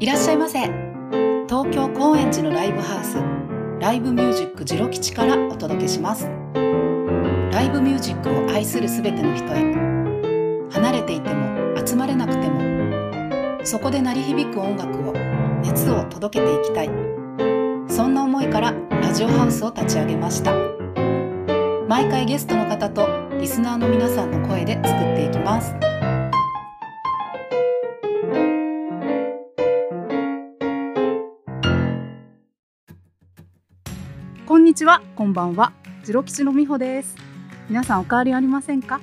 いらっしゃいませ東京高円寺のライブハウスライブミュージックジロ吉からお届けしますライブミュージックを愛するすべての人へ離れていても集まれなくてもそこで鳴り響く音楽を熱を届けていきたいそんな思いからラジオハウスを立ち上げました毎回ゲストの方とリスナーの皆さんの声で作っていきますこんにちは、こんばんは。ジロ吉のみほです。皆さんお変わりありませんか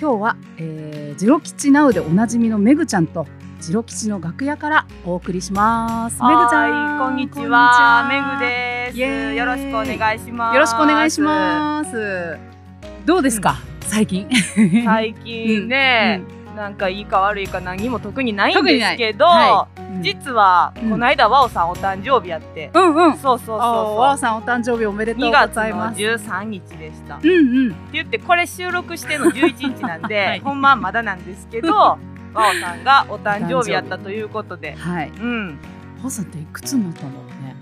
今日は、えー、ジロ吉ナウでおなじみのめぐちゃんとジロ吉の楽屋からお送りします。めぐちゃん、はいこんにちは、めぐす。です。イエーイよろしくお願いします。よろしくお願いします。どうですか、最近。す。 最近ね、なんかいいか悪いか何も特にないん特にでなすいけど、は実は、うんこの間わおさんお誕生日やって、うんうん。そうそうそうそうわおそさんお誕生日おめでう。とう2ご月ざいのます。 13日でした。っうてんうん。言ってこれ収録して の11日なんで、はいほんまはまだなんです けど、わおさんがお誕生日やったということで、はい。うん、わおさんっていくつになったんだろうね。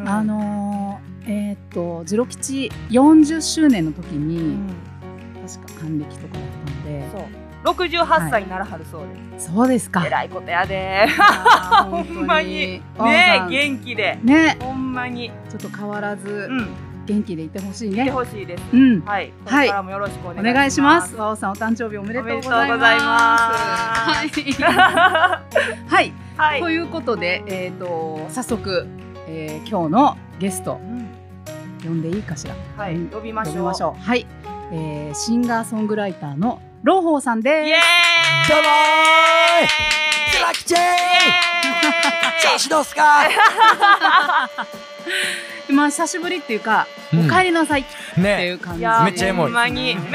うんあ、のー、えーっとジロ吉40周年の時うに、ん確か還暦とかだったんでそう、68歳にならはるそうです。そうですかえらいことやで。あーほんまに本当にねお母さんえ元気でねほんまにちょっと変わらずうん元気でいてほしい来てねほしいですうんはいこれからもよろしくおお願願いいししまますすわおさんお誕生日おめでとうごおざめでとういごまざいますははい、はい いということでえーっと早速、えー、今日のゲスト呼んでいいかしらはい呼びま呼しびょうましょうはい、えー、シンガーソングライターのローホーさんイエーイですどうもーいイジラキチェーイン調子どうすかまあ久しぶりっていうか、うんお帰りなさいっていねう感いじやーめっちゃエモいほんまにずっ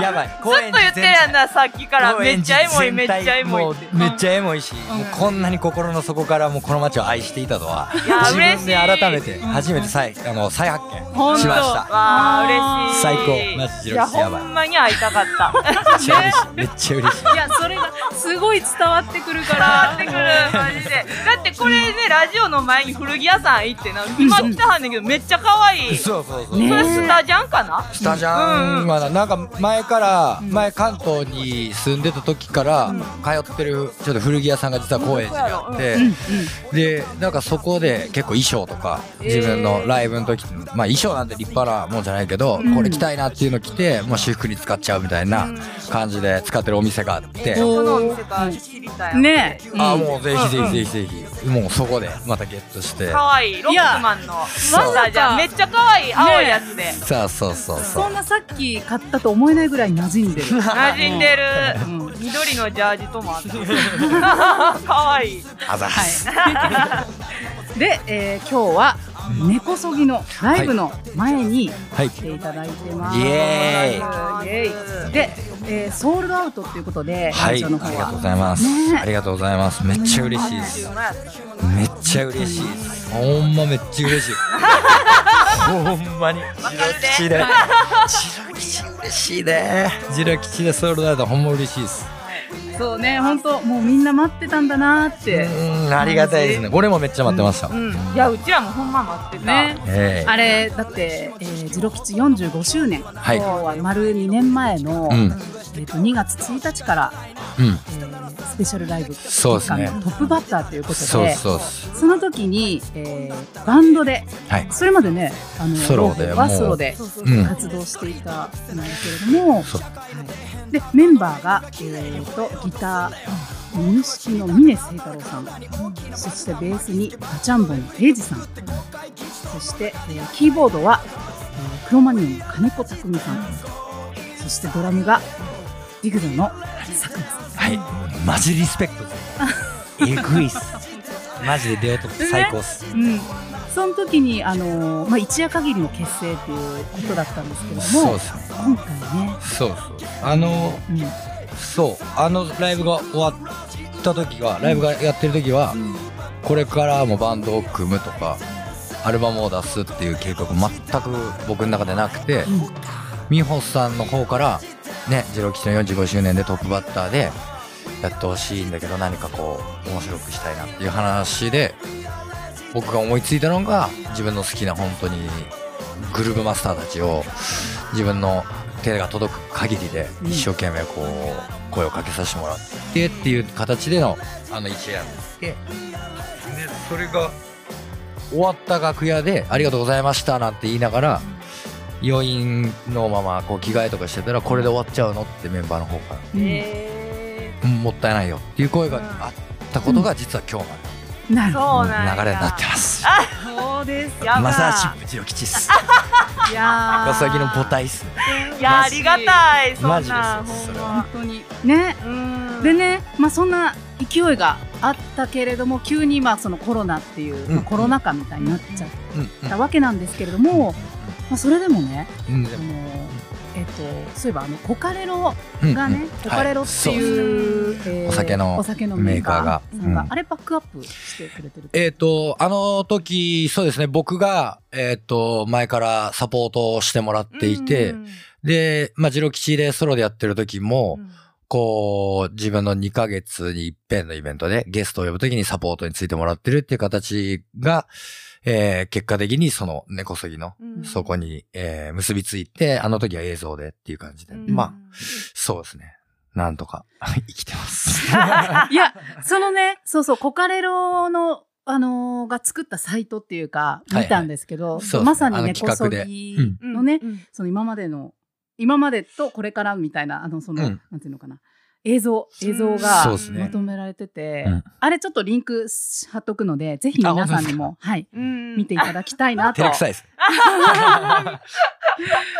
やばいずっと 言ってるやんなさっきからめっちゃエモいめっちゃエモいってめっちゃエモいし、んもうこんなに心の底からもうこの街を愛していたとはいやー自嬉分しいで改めて初めて再あの再発見ほんとしましたわあ嬉しい最高マジジいロやキチやほばいめんまに会いたかったっちゃ嬉しいめっちゃ嬉しい いやそれがすごい伝わってくるか伝わってくるマジでだってこれねラジオの前に古着屋さん行ってな今来たはんねんけどめっちゃ可愛 いそそうそうそう、ねれスタジャンかなスタジャンはななんか前からうん前関東に住んでた時からうん通ってるちょっと古着屋さんが実は高円寺にあってうんうんでなんかそこで結構衣装とか自分のライブの時のまあ衣装なんて立派なもんじゃないけどんこれ着たいなっていうの着てもう私服に使っちゃうみたいな感じで使ってるお店があっておこのお店が知りたいねえ、うんああもうぜひぜひぜひぜひもうそこでまたゲットして可愛いロックマンのスやタジャンめっちゃ可愛い青いやつでさあそうそうそそうんなさっき買ったと思えないぐらい馴染 んでる、馴染んでるうんはい、緑のジャージともあった 可愛いあざっすで、えー、今日は根こそぎのライブの前にはい来ていただいてます、イエーイイエーイで、えー、ソールドアウトっていうことで、はいラジあオりの方がとうごはざいますねえありがとうございますめっちゃ嬉しいですめっちゃ嬉しいですほんまめっちゃ嬉しい ほんまにジロ吉でジロ吉嬉しいねジロ吉でソロだとほんま嬉しいですそうね本当もうみんな待ってたんだなーっうて、んありがたいですね俺もめっちゃ待ってましたうんいやうちらもほんま待ってたねええあれだって、えー、ジロ吉45周年、はい今日は丸2年前の、うんえー、と2月1日から、うんえースペシャルライブそうですねのトップバッターということでそうそうっすその時に、えーバンドではいそれまでねあのソロではもうソロでうん活動していたんだけれども、そうはい、でメンバーが、えー、とギターミニ式の峰清太郎さんそしてベースにガチャンボのイジさんそして、えーキーボードは、えークロマニオンの金子拓実さんそしてドラムがディグザの佐久間さんはいマジリスペク トですえぐいっすマジで出男最高っすうん、その時に、あのーまあ、一夜限りの結成ということだったんですけどそうもっすね今回ね、そうそうあのうんそうあのライブが終わった時はライブがやってる時はこれからもバンドを組むとかアルバムを出すっていう計画全く僕の中でなくて、美穂さんの方からねジロキチの45周年でトップバッターでやってほしいんだけど何かこう面白くしたいなっていう話で僕が思いついたのが自分の好きな本当にグルーブマスターたちを自分の手が届く限りで一生懸命こう声をかけさせてもらってっていう形でのあの一夜なんですけどでそれが終わった楽屋で「ありがとうございました」なんて言いながら余韻のままこう着替えとかしてたら「これで終わっちゃうの?」ってメンバーの方からえ「うんもったいないよ」っていう声があったことが実は今日までなー、るほどそうなのんや流れになってます。そうですやばマサーシップジロ吉っす。いやーマサギの母体っす。いやありがたいそんなマんジほですん本ま当にねうんでね、まあ、そんな勢いがあったけれども急にまあそのコロナっていう、うんまあコロナ禍みたいになっちゃっうんうんたわけなんですけれども、まあ、それでもねうんあの、えっと、そういえばあのコカレロうんうんがね、コカレロっていう,、えお酒のお酒のメメーーカカーーががうんあれパックアップしてくれてるえっ、と、あの時、そうですね、僕が、えっ、と、前からサポートをしてもらっていて、うんで、まあ、ジロ吉でソロでやってる時も、うんこう、自分の2ヶ月に一遍のイベントでゲストを呼ぶ時にサポートについてもらってるっていう形が、えー結果的にその根こそぎの、うんそこに、えー結びついて、あの時は映像でっていう感じで。うんまあ、そうですね。なんとか 生きてます。いやそのねそうそうコカレロの、あのーが作ったサイトっていうかいはい見たんですけど、そうですねまさにあのねこ企そ画でぎうんのね、うんうんその今までの今までとこれからみたいなあのその、うんなんていうのかな映像映像そうがですねまとめられてて、うんあれちょっとリンクし貼っとくのでぜひ皆さんにもはいうん見ていただきたいなと照れくさいです。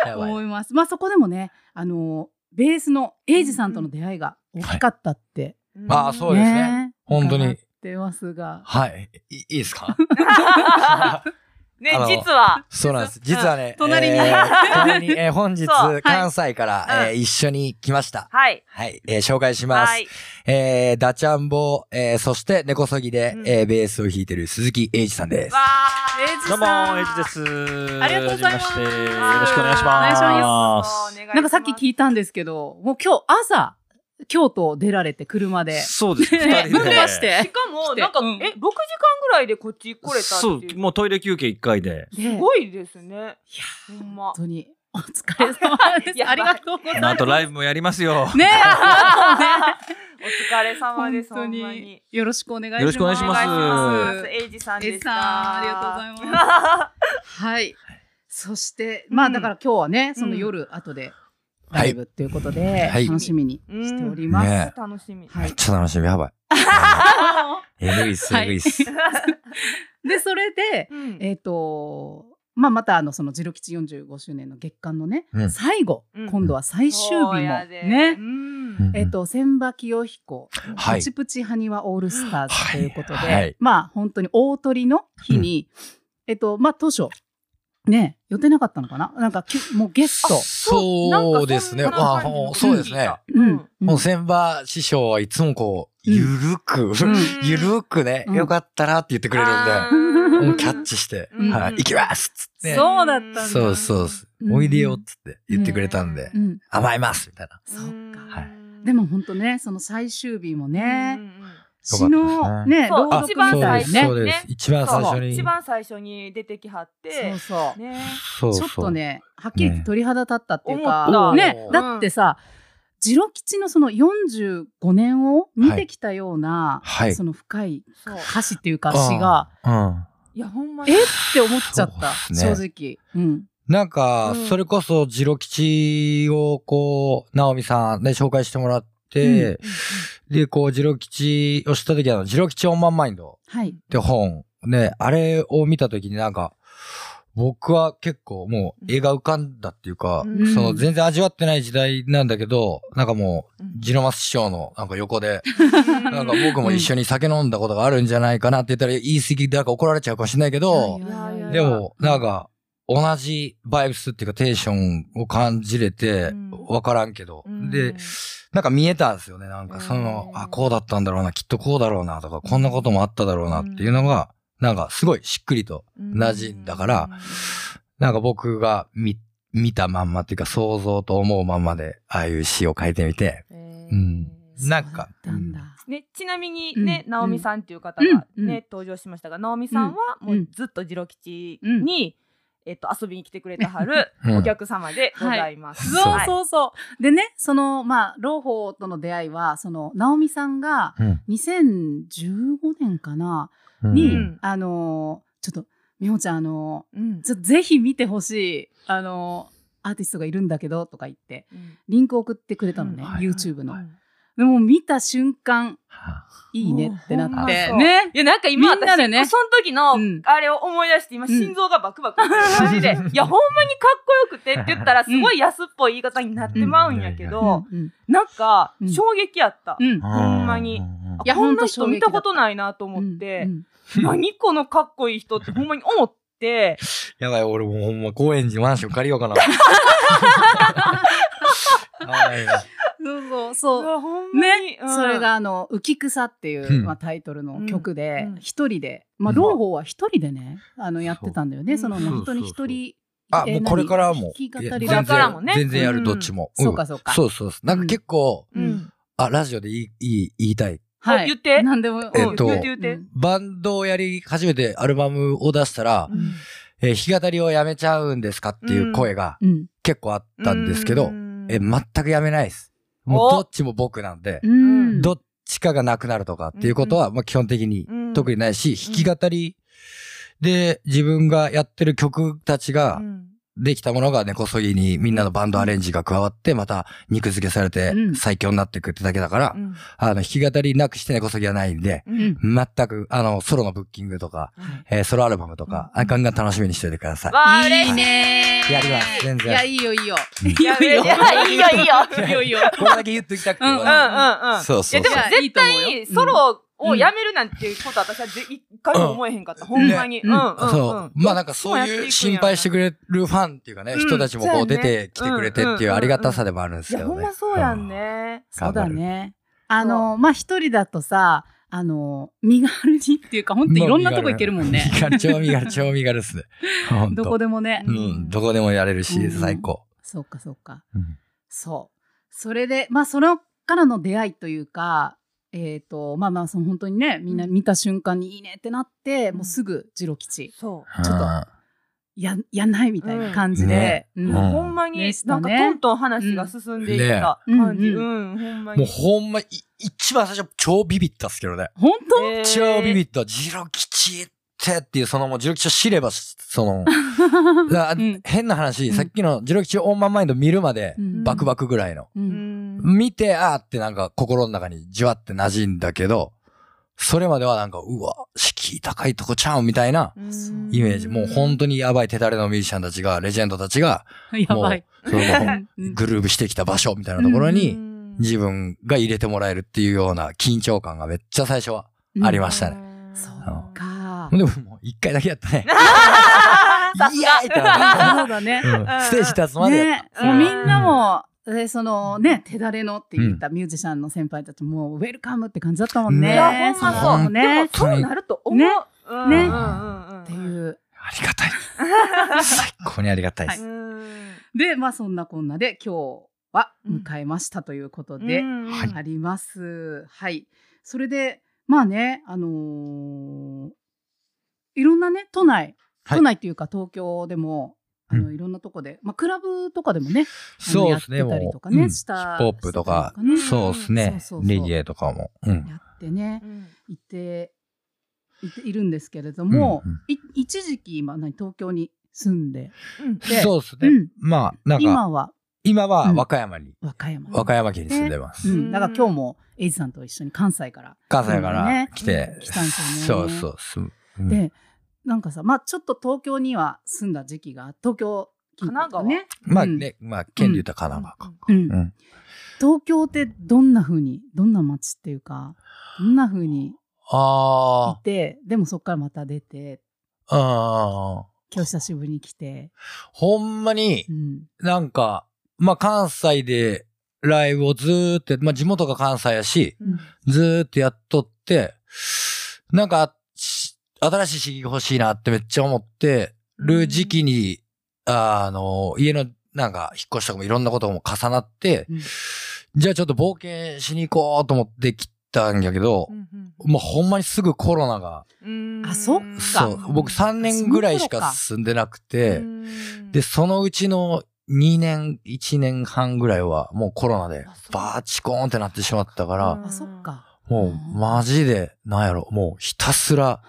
やばい思います。まあそこでもねあのベースのエイジさんとの出会いが大きかったって、うんああそうですね本当に伺ってますがはい。いいいですか ねあの実はそうなんです。実はね、隣にえー隣に、えー本日、そう関西から、はいえー一緒に来ました。はいはい、えー紹介します。はいえーダチャンボ、えーそして、根こそぎで、うんえーベースを弾いてる鈴木英二さんですわ。あエイジどさうんも、エイジです。ありがとうございますはじめましてよろしくお願いします。お願いしお願いしますなんかさっき聞いたんですけどもう今日朝京都出られて車でそうです。二人で。ぶっ飛ばししてかも、来てなんか、うんえ、6時間ぐらいでこっち来れたってそうい、う。もうトイレ休憩一回で。ですごいですね。いや、ほんま 本。当にお疲れ様でいす。やありがとうございなまんとライブもやりますよ。す。ねお疲れ様です、ほ本当んまにに。よろしくお願いします。よろしくお願いしまおす願いしますエイジさんでエした。イジさんありがとうございはい。そしてまあうんだから今日はねその夜後でライブということではい楽しみにしております。ね楽しみ。はめいっ。ちゃ楽しみ、やばい。えぐいっす、はいえぐいっす。でそれで うんえっとまあまたあのそのジロ吉45周年の月間のねうん最後うん今度は最終日もそうやでねう。うんんえっ、と、千葉清彦、はいプチプチハニワオールスターズということで、はいはいまあ、本当に大鳥の日に、えっと、まあ、当初、ね、予定なかったのかななんかきゅ、もうゲスト。そうですね。なんかわあそんな感じのそうですね。うん。うんもう千葉師匠はいつもこう、ゆるく、んゆるくね、うんよかったらって言ってくれるんで、んもうキャッチして、うんはい、行きますっつって。そうだったんだ。そうそうです。うんおいでよっつって言ってくれたんでう、ん。甘えますみたいな。そっか。はいでも本当ね、その最終日もうね、んうん詩すねのね、そう朗読み一番た最い初ねそ。うです。一番最初そうに一。番最初に出てきはっそうて。そう。ね。そうちょそうっとね、はっきり言って鳥肌立ったっていうか、思ったねう、んだってさ、ジロ吉のその45年を見てきたような、はいその深いそう。歌詞っていうか詩が、うん。いや、ほんまえに。って思っちゃった、そうっす正直。うん。なんかうん、それこそ、ジロ吉を、こう、ナオミさんで紹介してもらって、で、こう、ジロ吉を知った時は、あのジロ吉オンマンマインドはい。って本、ね、あれを見た時になんか、僕は結構もう映画浮かんだっていうか、うんその全然味わってない時代なんだけど、なんかもううん、ジロマス師匠のなんか 横で、ななんか僕も一緒に酒飲んだことがあるんじゃないかなって言ったら言い過ぎだから怒られちゃうかもしれないけど、いやいやいやでも、なんか、同じバイブスっていうかテンションを感じれてうん、わからんけど、うんで、なんか見えたんですよね。なんかその、うんあ、こうだったんだろうな、きっとこうだろうなとか、こんなこともあっただろうなっていうのが、なんかすごいしっくりと馴染んだから、なんか僕が見、見たまんまっていうか想像と思うまんまで、ああいう詩を書いてみて、うんなんか、なんだ。ね、ちなみにね、うん直美さんっていう方がうんうね、登場しましたが、直美さんはもうずっと次郎吉に、えっと、遊びに来てくれたはるうんお客様でございます。そうう。そうそう。でね、その、まあ、朗報との出会いは、その、直美さんが、うん2015年かな、うんに、うんあのーちょっと、みほちゃん、あのうんー。ちょっとぜひ見てほしい、あのーアーティストがいるんだけど、とか言って、リンク送ってくれたのね、うんはい YouTube の。うんでも、見た瞬間、いいねってなほんっまて、そうね。いや、なんか今みんなでね私その時のうん、あれを思い出して、今、うん心臓がバクバク。マジで。いや、ほんまにかっこよくてって言ったら、すごい安っぽい言い方になってまうんやけうんど、うんなんかう、ん衝撃やった。うんほんまにうんあいやこほんなんと衝人撃見たことないなと思っうてん、うん何このかっこいい人ってほんまに思って、やばい、俺もうほんま高円寺マンション借りようかな。やばいそなうそううそう。わほんまにね、、うんそれ、があの「浮草」っていう、うんまあ、タイトルの曲でうん一、人で、まあ、うん朗報は一人でねあのやってたんだよねそそうのうん本当に一人あ、えーもうこれからも。何弾き語いりやこだれからもね全然やうる、んどっちも。んそうかそうかそうそうそう。なんか結構、ううんん、あ、ラジオで言い、言い、言いたい。はい言って何でも、えっと言って言ってうんバンドをやり始めてアルバムを出したら、うんえー弾き語りをやめちゃうんですかっていう声がうん結構あったんですけど、うんえ、全くやめないです。もうおどっちも僕なんで、うんどっちかがなくなるとかっていうことは、まあ基本的にうん特にないし、弾き語りで自分がやってる曲たちがうんできたものが根こそぎにみんなのバンドアレンジが加わって、また肉付けされてうん最強になっていくってだけだからう、んあの弾き語りなくして根こそぎはないんで、うん全くあのソロのブッキングとか、えーソロアルバムとか、あガンガン楽しみにしておいてください。わあ、い嬉いしい。ねやります、全いや然。いいよいいようんいいよいいよいやいいよ、いいよ。いいよいいよこれだけ言っときたくて。うんうんうんうん。そうそういや、でもいやいい絶と思うよ対、ソロをやめるなんていうことは私はぜ一回も思えへんかった。ほんまに。ううんんうねんうん。そう。まあなんかそういう心配してれくれるファンっていうかね、うん人たちもこう出てきてくれてっていうありがたさでもあるんですいけや、ほどんねま。そうやんね。そうだねあのまあ一人だとさあの身軽にっていうか本当いろんなとこ行けるもんね 身軽超身軽、超身軽っすね。ほんとどこでもね、うん、どこでもやれるうし、ん最高。そうかそうか、うんそうそれでまあそれからの出会いというかえっ、とまあまあその本当にねみんな見た瞬間にいいねってなって、うんもうすぐ次郎吉そう。ちょっとややんないみたいな感じで、んうんねほんまにでし、なたんねかトントン話が進んでいったうん感じ。ねうん、ほんまに。もうほんま、い一番最初超ビビったっすけどね。本当、えー超ビビった。ジロ吉ってっていう、そのもうジロ吉を知れば、その、だん変な話、うんさっきのジロ吉オンマンマインド見るまでう、んバクバクぐらいの。ううんん。見て、あーってなんか心の中にじわって馴染んだけど、それまではなんか、うわ、敷居高いとこちゃうんみたいなうんイメージ。もう本当にやばい手だれのミュージシャンたちが、レジェンドたちが、やばい、そうの んもうグルーブしてきた場所みたいなところうに、ん自分が入れてもらえるっていうような緊張感がめっちゃ最初はありましたね。うんそうかでももう一回だけやったね。イエーイって なそうだねるうんステージ立つまでやっね、もうみんなも、でそのね手だれのって言ったミュージシャンの先輩たちも、ウェルカムって感じだったもんね。ねいや、ほんまそう。のでもね、そうなると思う。ねうんねうんうんうん。っていう。た。ありがたい。 最高にありがたいでうす。ん。でまあそんなこんなで今日は迎えましたということで、うんはいあります。はい。それでまあねあのーいろんなね都内はい都内っていうか東京でも。あのういろんなとこで、まあ、クラブとかでもね、あのそうですね、やってもたりうと。かうんヒねしッたプホップとかしてたりとかね、そうですねそうそう。そうレゲエとかも。うん。やってねう、んいていているんですけれども、うんうんい一時期今何東京に住んでうんでそうですうねん。まあ、なんか、今は今はうん和歌山に、和歌山和歌山県に住んでますう。ん、だから今日もエイジさんと一緒に関西から、関西から来てうん、来たんですそようねそうそう。うんでなんかさまあちょっと東京には住んだ時期が東京近郊とかね、まあね、まあ、県で言ったら神奈川か。うんうん東京ってどんな風にどんな街っていうかどんな風にいあてでもそこからまた出てあ、ああ、今日久しぶりに来て、ほんまにう、ん、なんか、まあ関西でライブをずーっとやっ、まあ地元が関西やし、うんずーっとやっとって、なんか、し新しい刺激欲しいなってめっちゃ思ってる時期に、あの、家のなんか引っ越しとかもいろんなことも重なって、うんじゃあちょっと冒険しに行こうと思って来たんやけど、もうほんまにすぐコロナが、うんあそっかそう、僕3年ぐらいしか住んでなくて、で、そのうちの2年、1年半ぐらいはもうコロナであそうバーチコーンってなってしまったから、あ、そっか。もうマジで、なんやろ、もうひたすら、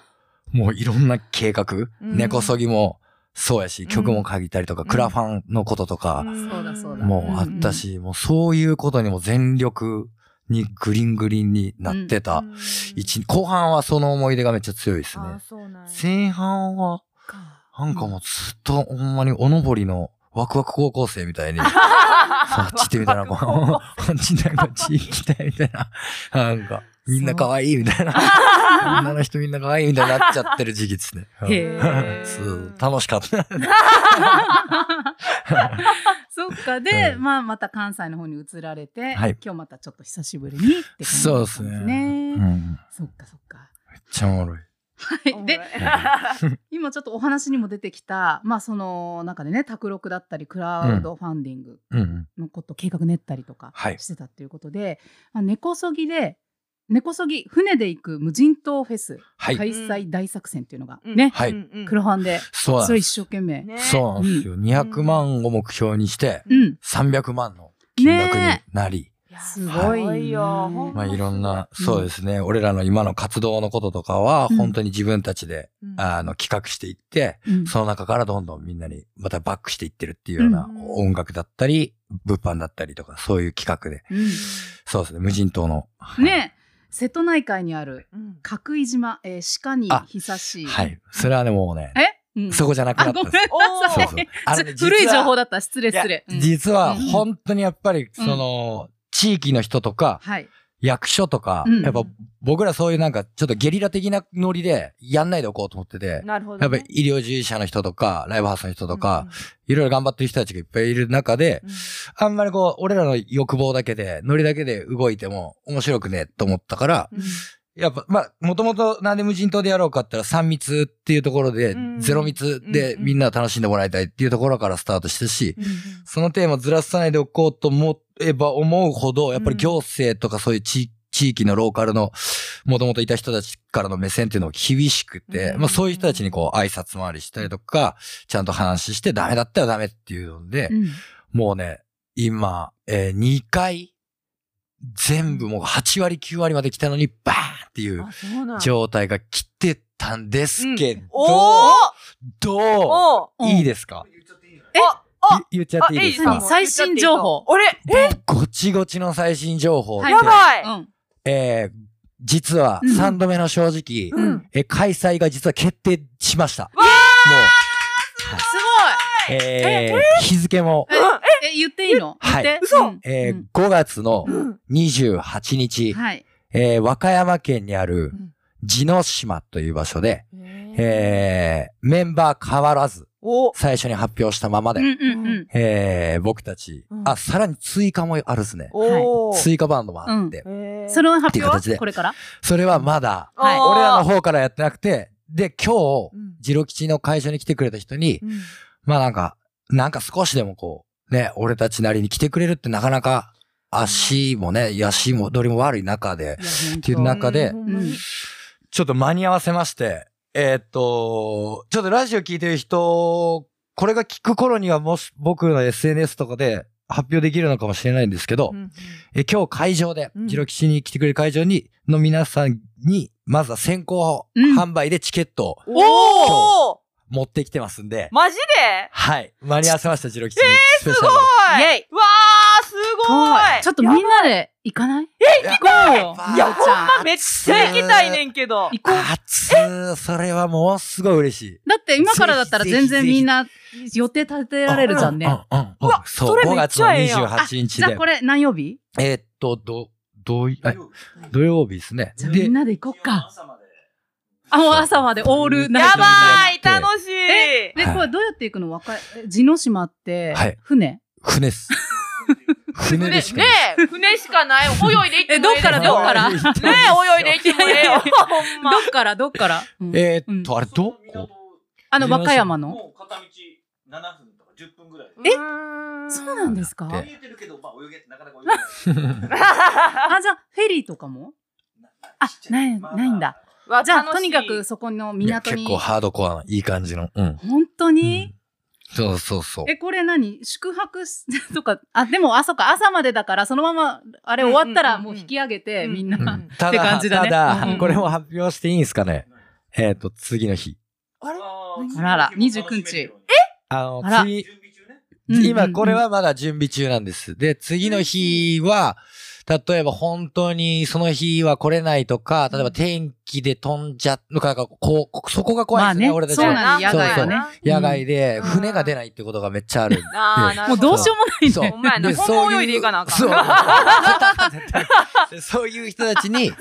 もういろんな計画、うん根こそぎもそうやし、曲も書いたりとか、んクラファンのこととか、そうだそうだもうあったし、もうそういうことにも全力にグリングリンになってた。一後半はその思い出がめっちゃ強いですね。あそうなんや 前半は、なんかもうずっとほんまにおのぼりのワクワク高校生みたいに、あ っち行ってみたいな、こうこ っちなんかこっち行きたいみたいな、なんか、みんな可愛いみたいな、女の人みんな可愛いみたいになっちゃってる時期ですね。うんへえ そう楽しかった。 そっか。で、うんまあ、また関西の方に移られて、はい今日またちょっと久しぶりにって感じだったんですね。うん。めそっかそっか。っちゃおもろい。はい。で、今ちょっとお話にも出てきた、まあ、その中でね、卓録だったり、クラウドファンディングうんうん。のこと、計画練ったりとかはいしてたということで、まあ根こそぎで、根こそぎ、船で行く無人島フェスはい。開催大作戦っていうのが、うんね、はいうんうんクロファンで、そうなんそれで一す。生懸命。ねそうなんですよ。200万を目標にして、うん。 300万の金額になり、いやすごいねよほんままあいろんな、うんそうですね、俺らの今の活動のこととかは、うん本当に自分たちで、うんあの、企画していって、うんその中からどんどんみんなにまたバックしていってるっていうようなうん音楽だったり、物販だったりとか、そういう企画で。そうですね、無人島の。うんね瀬戸内海にあるうん角井島、えー、鹿に久しい。はい。それはね、もうね、え、うん、そこじゃなくなあ、っごたんめんですよ。なさそういそう。あのねちょ古い実は情報だった。失礼いや失礼。うん実はうん本当にやっぱり、うんその、地域の人とか、はい。役所とか、うんやっぱ僕らそういうなんかちょっとゲリラ的なノリでやんないでおこうと思ってて、なるほどねやっぱり医療従事者の人とか、ライブハウスの人とか、、ういろいろ頑張ってる人たちがいっぱいいる中で、んうんあんまりこう、俺らの欲望だけで、ノリだけで動いても面白くねえと思ったから、うんやっぱ、まあ、もともとなんで無人島でやろうかって言ったら3密っていうところでうん、ゼロ密でうんみんな楽しんでもらいたいっていうところからスタートしたし、うんうんそのテーマずらさないでおこうと思えば思うほど、やっぱり行政とかそういう地,、地域のローカルの、もともといた人たちからの目線っていうのが厳しくて、うんまあそういう人たちにこう挨拶回りしたりとか、ちゃんと話してダメだったらダメっていうので、うんもうね、今、え2回、全部もう8割9割まで来たのにバーンっていうあそうなん状態が来てたんですけど、おーどおーういいですかあゆ言っちゃっていいですかあいいですか最新情報あれごちごちの最新情報で、はいやばい、うん。えー実はうん3度目の正直、うんえー開催が実は決定しました。もう、はいえー日付も、え、言っていいのはい言って。嘘うんえーうん5月のうん28日、はい。えー和歌山県にあるうん地の島という場所で、えーメンバー変わらずお最初に発表したままで、うんうんうん。えー僕たち、うんあ、さらに追加もあるですね。おー追加バンドもあって、へーその発表っていう形はでこれからそれはまだ、あー俺らの方からやってなくて、で、今日うん、ジロ吉の会社に来てくれた人に、うんまあなんか、なんか少しでもこう、ね、俺たちなりに来てくれるってなかなか、足もね、足もどりも悪い中で、っていう中でうんほんまにちょっと間に合わせまして、えーっと、ちょっとラジオ聞いてる人、これが聞く頃にはもし僕の SNS とかで発表できるのかもしれないんですけど、うんえ今日会場で、うんジロキシに来てくれる会場に、の皆さんに、まずは先行うん販売でチケットをおお持ってきてますんで、マジではい。間に合わせました、ジロキシに。スペシャルはいイェイわーすごいちょっとみんなで行かないいや行こうよ。いやまるちゃん。めっちゃ行きたいねんけど。行こう。熱ーそれはもうすごい嬉しい。だって今からだったらぜひぜ全然ひみんな予定立てられるじゃんうね。うんうん。そ、そうれ5めっ月ちのゃええやん28日じゃあでこ。れ何曜日えーっと、ど、どうい、あ土曜日ですね。じゃあみでん、なで行こっか。あ、もう朝までオールナイやトみばたいい楽しいな。で、これどうやって行くの若い、え地の島って はい、船船っす。船でしかねえ、船しかない。泳いで行ってえ、もどっええでしょからどっからどっねえ、泳いで行ってもええよ。ほんま。からどっからうんえうーっんと、あれどこあの、和歌山のもう片道7分とか10分ぐらい。えそうなんですかだっあ、て見えてるけど、まあ泳げってなかなか泳げない。じゃあ、フェリーとかもあ、ない、ないんだ。。 わじゃあ、とにか。楽くしいそこのいや港結に。構ハードコアな、いい感じの。うん。本当に、そうそうそう。え、これ何宿泊しとか、あ、でも、あ、そっか、朝までだから、そのまま、あれ終わったら、うんうんうんもうんう引き上げて、うんみんな。ううんんた って感だ、じだねたうんうだん、これも発表していいんですかねえーっと、次の日。あらら29日えあのあら、次、準備中ね。うん今これ、はまだ準備中なんです。で、次の日は、例えば本当にその日は来れないとか、例えば天気で飛んじゃのか、なんかこう、そこが怖いんですね、まあね俺たちそうは。なんですそうそう野外はね野外でうん船が出ないってことがめっちゃある。あーなるもほうどうしようもないね。そうほんまやなでほんまそうう泳いで行かなあかんそう。絶対で そういう人たちに、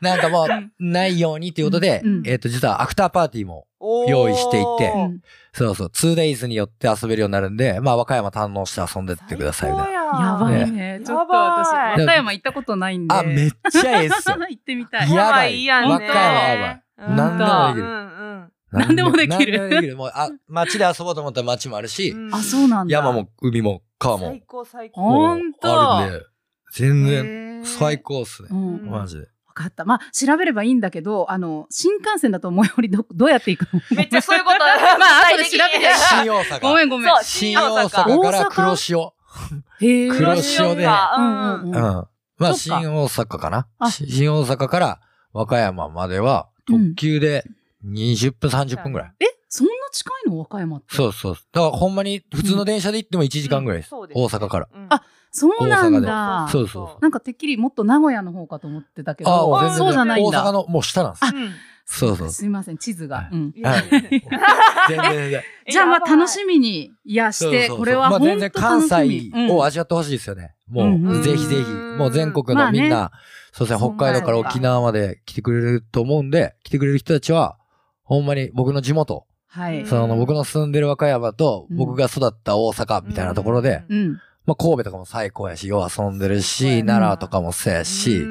なんかもう、ないようにっていうことで、うんえっと、実はアフターパーティーも、おー用意していてうそんそうそう、2days によって遊べるようになるんで、まあ、和歌山堪能して遊んでってくださいね。最高やばいね。ちょっと私、やばい和歌山行ったことないんで。あ、めっちゃええっす よ。行ってみたい。いやばやばいやんね。若いわばい何でもできる何でもできる。る何でもできる。もう、あ、街で遊ぼうと思ったら街もあるし、うんうんあ、そうなんだ。山も海も川も。最高最高。もうほんとあ。るんで、全然然最。高っすねう。ん。うんマジで。わかった。まあ、調べればいいんだけど、あの、新幹線だと思いよりど、どうやって行くのめっちゃそ ういうこと。まあ後で調べりゃいい新 大ご阪。めんごめん。そう、新新大大阪。阪から黒潮。へえ。黒潮でかううんんううん。んうう。んん。そっかまあ、新大阪かなあし新大阪から和歌山までは、特急で20分、30分ぐらい。え、そんな近いの和歌山って。そうそう。だからほんまに普通の電車で行っても1時間ぐらいです。うんそう大ですね阪から。うんあそうなんあだ。そうそうそう。なんかてっきりもっと名古屋の方かと思ってたけああ、もど、う全あ然そうじゃないん大阪だ。のもう下なんです。うんそうそ う。すみません、地図が。うんいやはいいやい全然全然。やじゃあまあ楽しやみに癒そうしそうて、そうこれはまあ本全当然楽関し西み。をうん味わってほしいですよね。うんもうんう、ぜひぜひ。もう全国のみんまあな、そうですね、北海道から沖縄まで来てくれると思うんで、来てくれる人たちは、ほんまに僕の地元、はういん。その僕の住んでる和歌山と、うん僕が育った大阪みたいなところで、うん。まあ神戸とかも最高やし、よう遊んでるそうやし、な奈良とかもそうやし、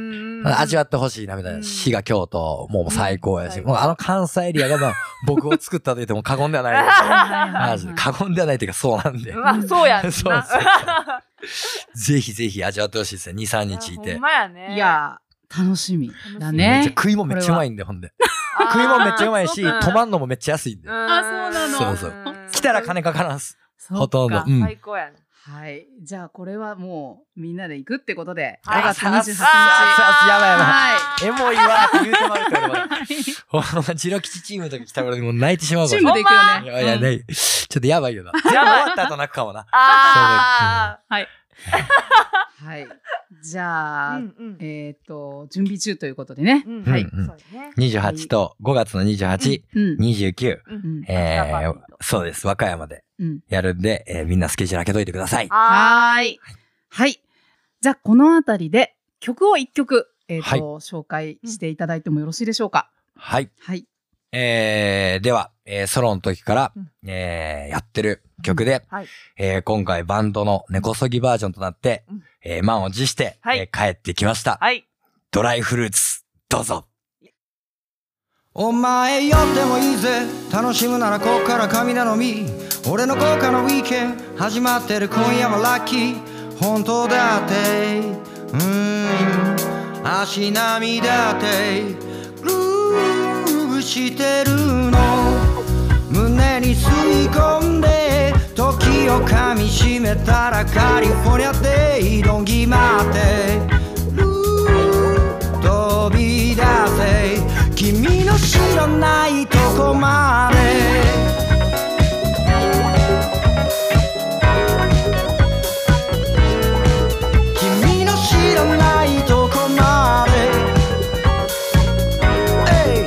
味わってほしいなみたいうんな。滋賀、京都、もう最高やし、うんもうあの関西エリアがま あ、僕を作ったと言っても過言ではないです。マジで過言ではないというかそうなん でう。わ、そうやん な。そうそうぜひぜひ味わってほしいですね。2、3日いほてん。まやね。いやー、楽しみだめっちゃね。食いもんめっちゃうまいんで、ほんで。あー、食いもんめっちゃうまいし、そうか泊まんのもめっちゃ安いんで。あそうなのそうそうん来たら金かからんす。そっかほとんど。うん。最高やね。はい。じゃあこれはもうみんなで行くってことで、はい5月28日。ああやばいやばいはエモいわって言うてもらうからい。俺。ほんま、ジロ吉チームの時来た頃にもう泣いてしまうかチら。ームで行くよいね。やいや、うんない。ちょっとやばいよな。全部終わった後泣くかもな。あはい。じゃあ。あ、うんうんえっ、と、準備中ということでね。うんはいうんうんそうやね28と5月の28、うん。 29、うん。えパーティー、ーそうです。和歌山でうん。やるんで、えーみんなスケジュール開けといてください。あはーい。はい。じゃあ、このあたりで曲を一曲、えっ、と、はい紹介していただいてもよろしいでしょうか。はい。はい。えー、では、えーソロの時からうん、えー、やってる曲で、はいえー今回バンドの根こそぎバージョンとなって、うんえー満を持して、はいえー帰ってきました。ー。はい。ドライフルーツ、どうぞ。お前よってもいいぜ楽しむならここから神頼み俺の豪華なウィーケン始まってる今夜はラッキー本当だってうーん足並みだってルーブしてるの胸に吸い込んで時をかみしめたらカリフォルニアでいろんぎまってルー飛び出せ君の知らないとこまで君の知らないとこまで Hey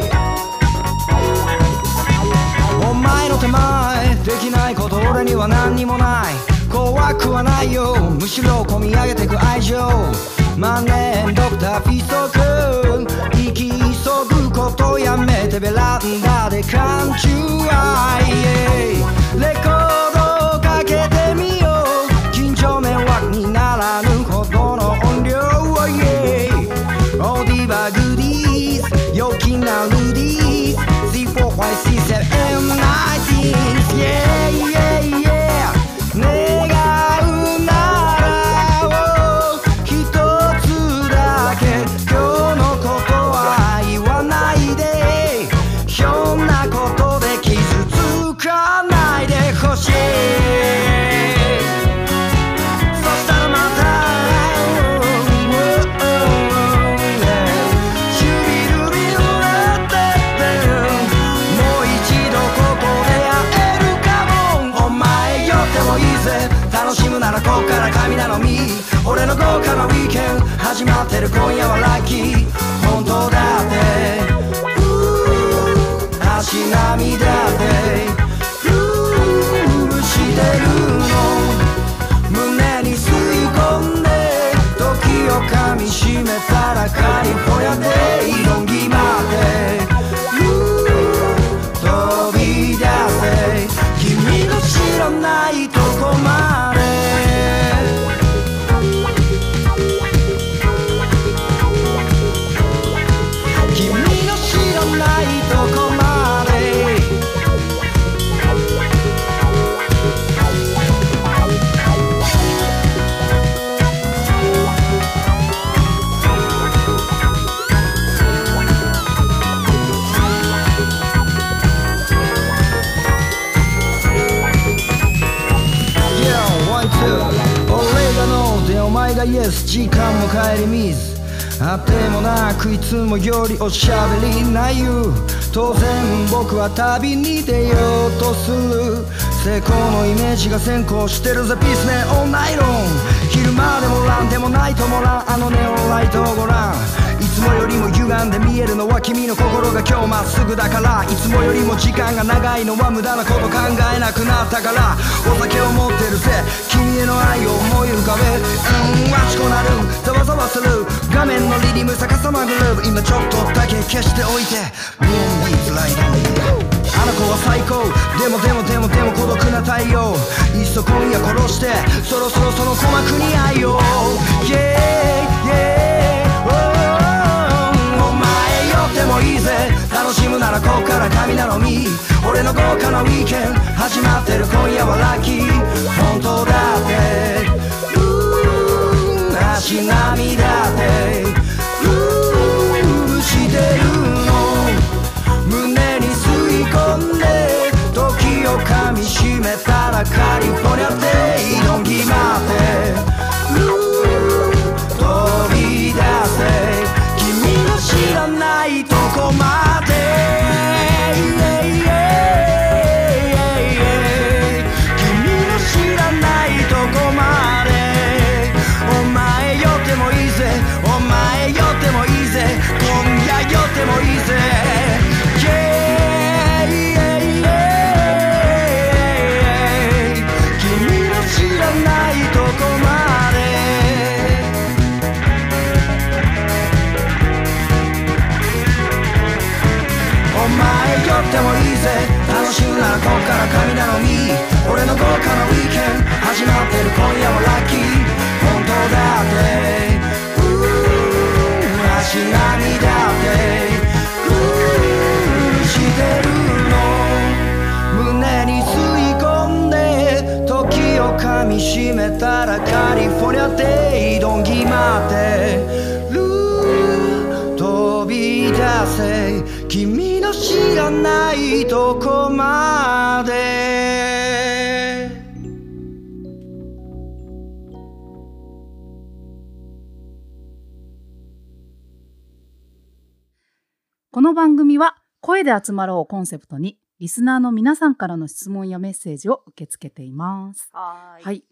お前の手前できないこと俺には何にもない怖くはないよむしろ込み上げてく愛情万年ドクターピソ君生き急ぐことやめてベランダで勘違いレコードをかけてみよう近所迷惑にならぬ楽しむならここから神頼み俺の豪華なウィーケンド始まってる今夜はラッキー本当だってうー足並みだってうーしてるの胸に吸い込んで時を噛みしめたらカリフォルニアで色んぎまで飛び出せ君の知らないとこまで君の知らないとこまでYeah, one, two 俺がノーでお前がイエス時間も帰りずあってもなくいつもよりおしゃべりないよ当然僕は旅に出ようとする成功のイメージが先行してるぜピースネオンナイロン昼間でもランでもないともらんあのネオンライトをご覧いつもよりも歪んで見えるのは君の心が今日まっすぐだからいつもよりも時間が長いのは無駄なこと考えなくなったからお酒を持ってるぜ君への愛を思い浮かべうんわしこなるざわざわする画面のリリム逆さまグルーブ今ちょっとだけ消しておいて Me and these light on あの子は最高でもでもでもでも孤独な太陽いっそ今夜殺してそろそろその鼓膜に愛を Yeah, yeah お前よってもいいぜ楽しむならここから神頼み俺の豪華なウィーケンド始まってる今夜はラッキー本当だってうーん足並みだってうーんしてるの胸に吸い込んで時を噛みしめたらカリフォルニアで挑んぎまってうーん飛び出せ君の知らないとこまで君の知らないとこまでお前よってもいいぜお前よってもいいぜ今夜よってもいいぜ Yeah, yeah, yeah 君の知らないとこまでお前よってもいいぜ楽しむならこっから神なのに俺の豪華なウィーケンド始まってる今夜はラッキー本当だってうー足並みだってうーしてるの胸に吸い込んで時を噛みしめたらカリフォルニアで挑んぎまってる飛び出せ君の知らないとこまでこの番組は声で集まろうをコンセプトにリスナーの皆さんからの質問やメッセージを受け付けています。ははい、ーい。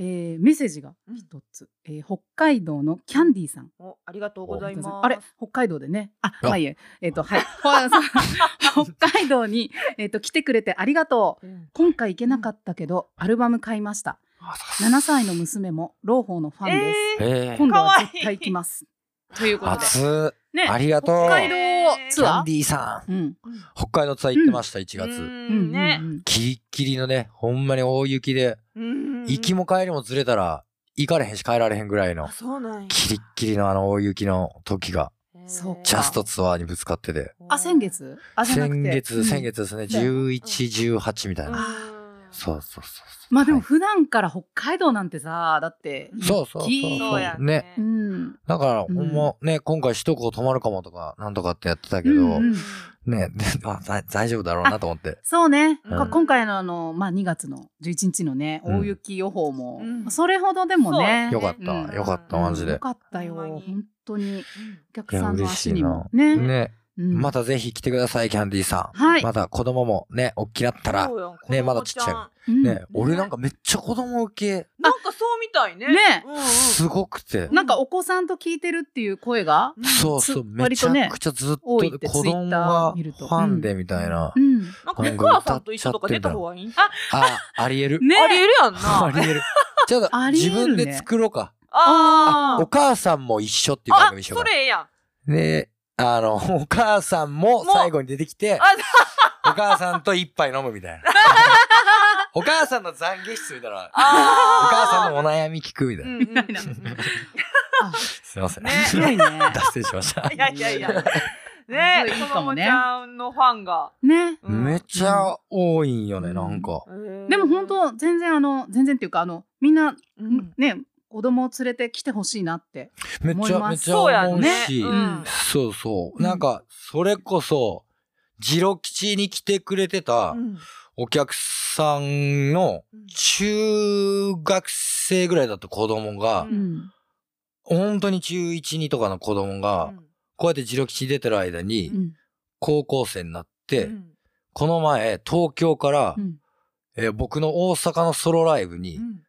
えーメッセージが一つ、えー北海道のキャンディーさん。お、ありがとうございます。あれ北海道でね。あ、あまあいいえ。えっ、と、はい。 北海道に、えっと来てくれてありがとう。うん今回行けなかったけど、アルバム買いました。7歳の娘も朗報のファンです。えーえー今度はかわいい絶対行きます。ということで。熱ねありがとう北海道キツャアンーディーさんうん。北海道ツアー行ってました1う月んね。うんキリッキリのねほんまに大雪でうん行きも帰りもずれたら行かれへんし帰られへんぐらいのあ、そうなんや。キリッキリのあの大雪の時がそうかジャストツアーにぶつかっててあ、先。月あ、じゃなく先て。月先うん。月ですねだよ1118みたいなそうそうそうそうまあでもはい普段から北海道なんてさ、だって。そうそうそう雪そうやそうねう。うんだから、うんほんま、ね、今回、首都高止まるかもとか、なんとかってやってたけど、うんうんね、 であだ大丈夫だろうなと思って。そうね。うんこ今回のあの、まあ2月の11日のね、うん大雪予報も、うんそれほどでもね。よかっうんた、よかった、マジよで。かったよ。ほんまに本当に。お客いやさんの嬉し足いにもな。ね。ね、うんまたぜひ来てください、キャンディーさん。はい。また子供もね、おっきなったら、そうやんねまだちっちゃい子供うんね、俺なんかめっちゃ子供受んなんかそうみたいね。ねうんうん。け、すごくて。なんかお子さんと聞いてるっていう声が、そうそう、つめ割ちとねゃくちゃずっと多いって子供 Twitter が見フるとァンでみたいなう。ん、なんかお母さんと一緒とか出た方がいいんあ、あ、ありえる。ねありえるやんな。 あありえる。ちょっとありえ自るね分で作ろうか。あおー。母さんも一緒っていう番あ組、にしようそか。れええやん。で、あの、 お母さんももう最後に出てきてあ、お母さんと一杯飲むみたい な。お母さんの懺悔室みたいな。おあ母さんのお悩み聞くみたいー。うな。んうんうんすいません。ねすごいね。 脱線しましたい。やいやいや。ねいいえ、か子ももねちゃんのファンが。 ね。うんめっちゃ多いんよね、なんか。でも本、当全然あの全然っていうかあのみんな、うんね子供を連れて来てほしいなって。めっ思ちいゃますめっちゃそうや思んうね。しう。んんそうそう。うんなんか、それこそ、ジロ吉に来てくれてたうんお客さんの中学生ぐらいだった子供が、うんうん。本当に中1、2とかの子供が、こうやってジロ吉出てる間うに、ん。高校生になっうて、んこの前、東京から、うんえー僕の大阪のソロライブに、うん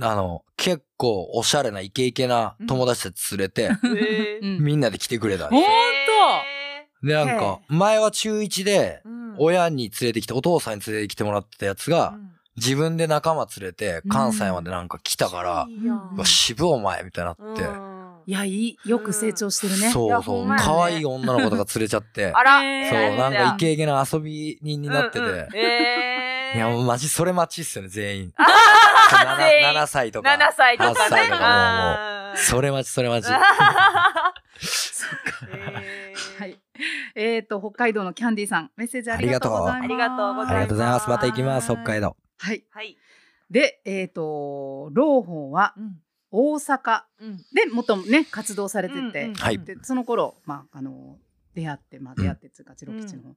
あの、結構おしゃれなイケイケな友達たち連れ て、えーうんみんなで来てくれたんほんでとえす。で、なんか、前は中1でー、うん親に連れてきて、お父さんに連れてきてもらってたやつうが、ん自分で仲間連れて、関西までなんか来たから、いいやんうわ、渋お前みたいになって、うんいやいいよく成長してるね。いそやうそほうんま、やね可愛い女の子とか連れちゃって、あら、えーそう、なんかイイケイケな遊び人になってて、えいーや、もうマジ、それ待ちっすよね、全員。全員 7, 歳とか。 7歳と8かね歳とかもう、もう、それ待ち、それ待ち。うん えーはい。えっ、と北海道のキャンディーさんメッセージありがとうございます。ありがとうございますありがとうございます。また行きます、北海道。はい。はい。でえっ、とローホンはうん大阪うんで元々ね活動されてて、うんはいでその頃、まあ、あの出会って、まあ、出会ってっていうか、ジロ吉の方、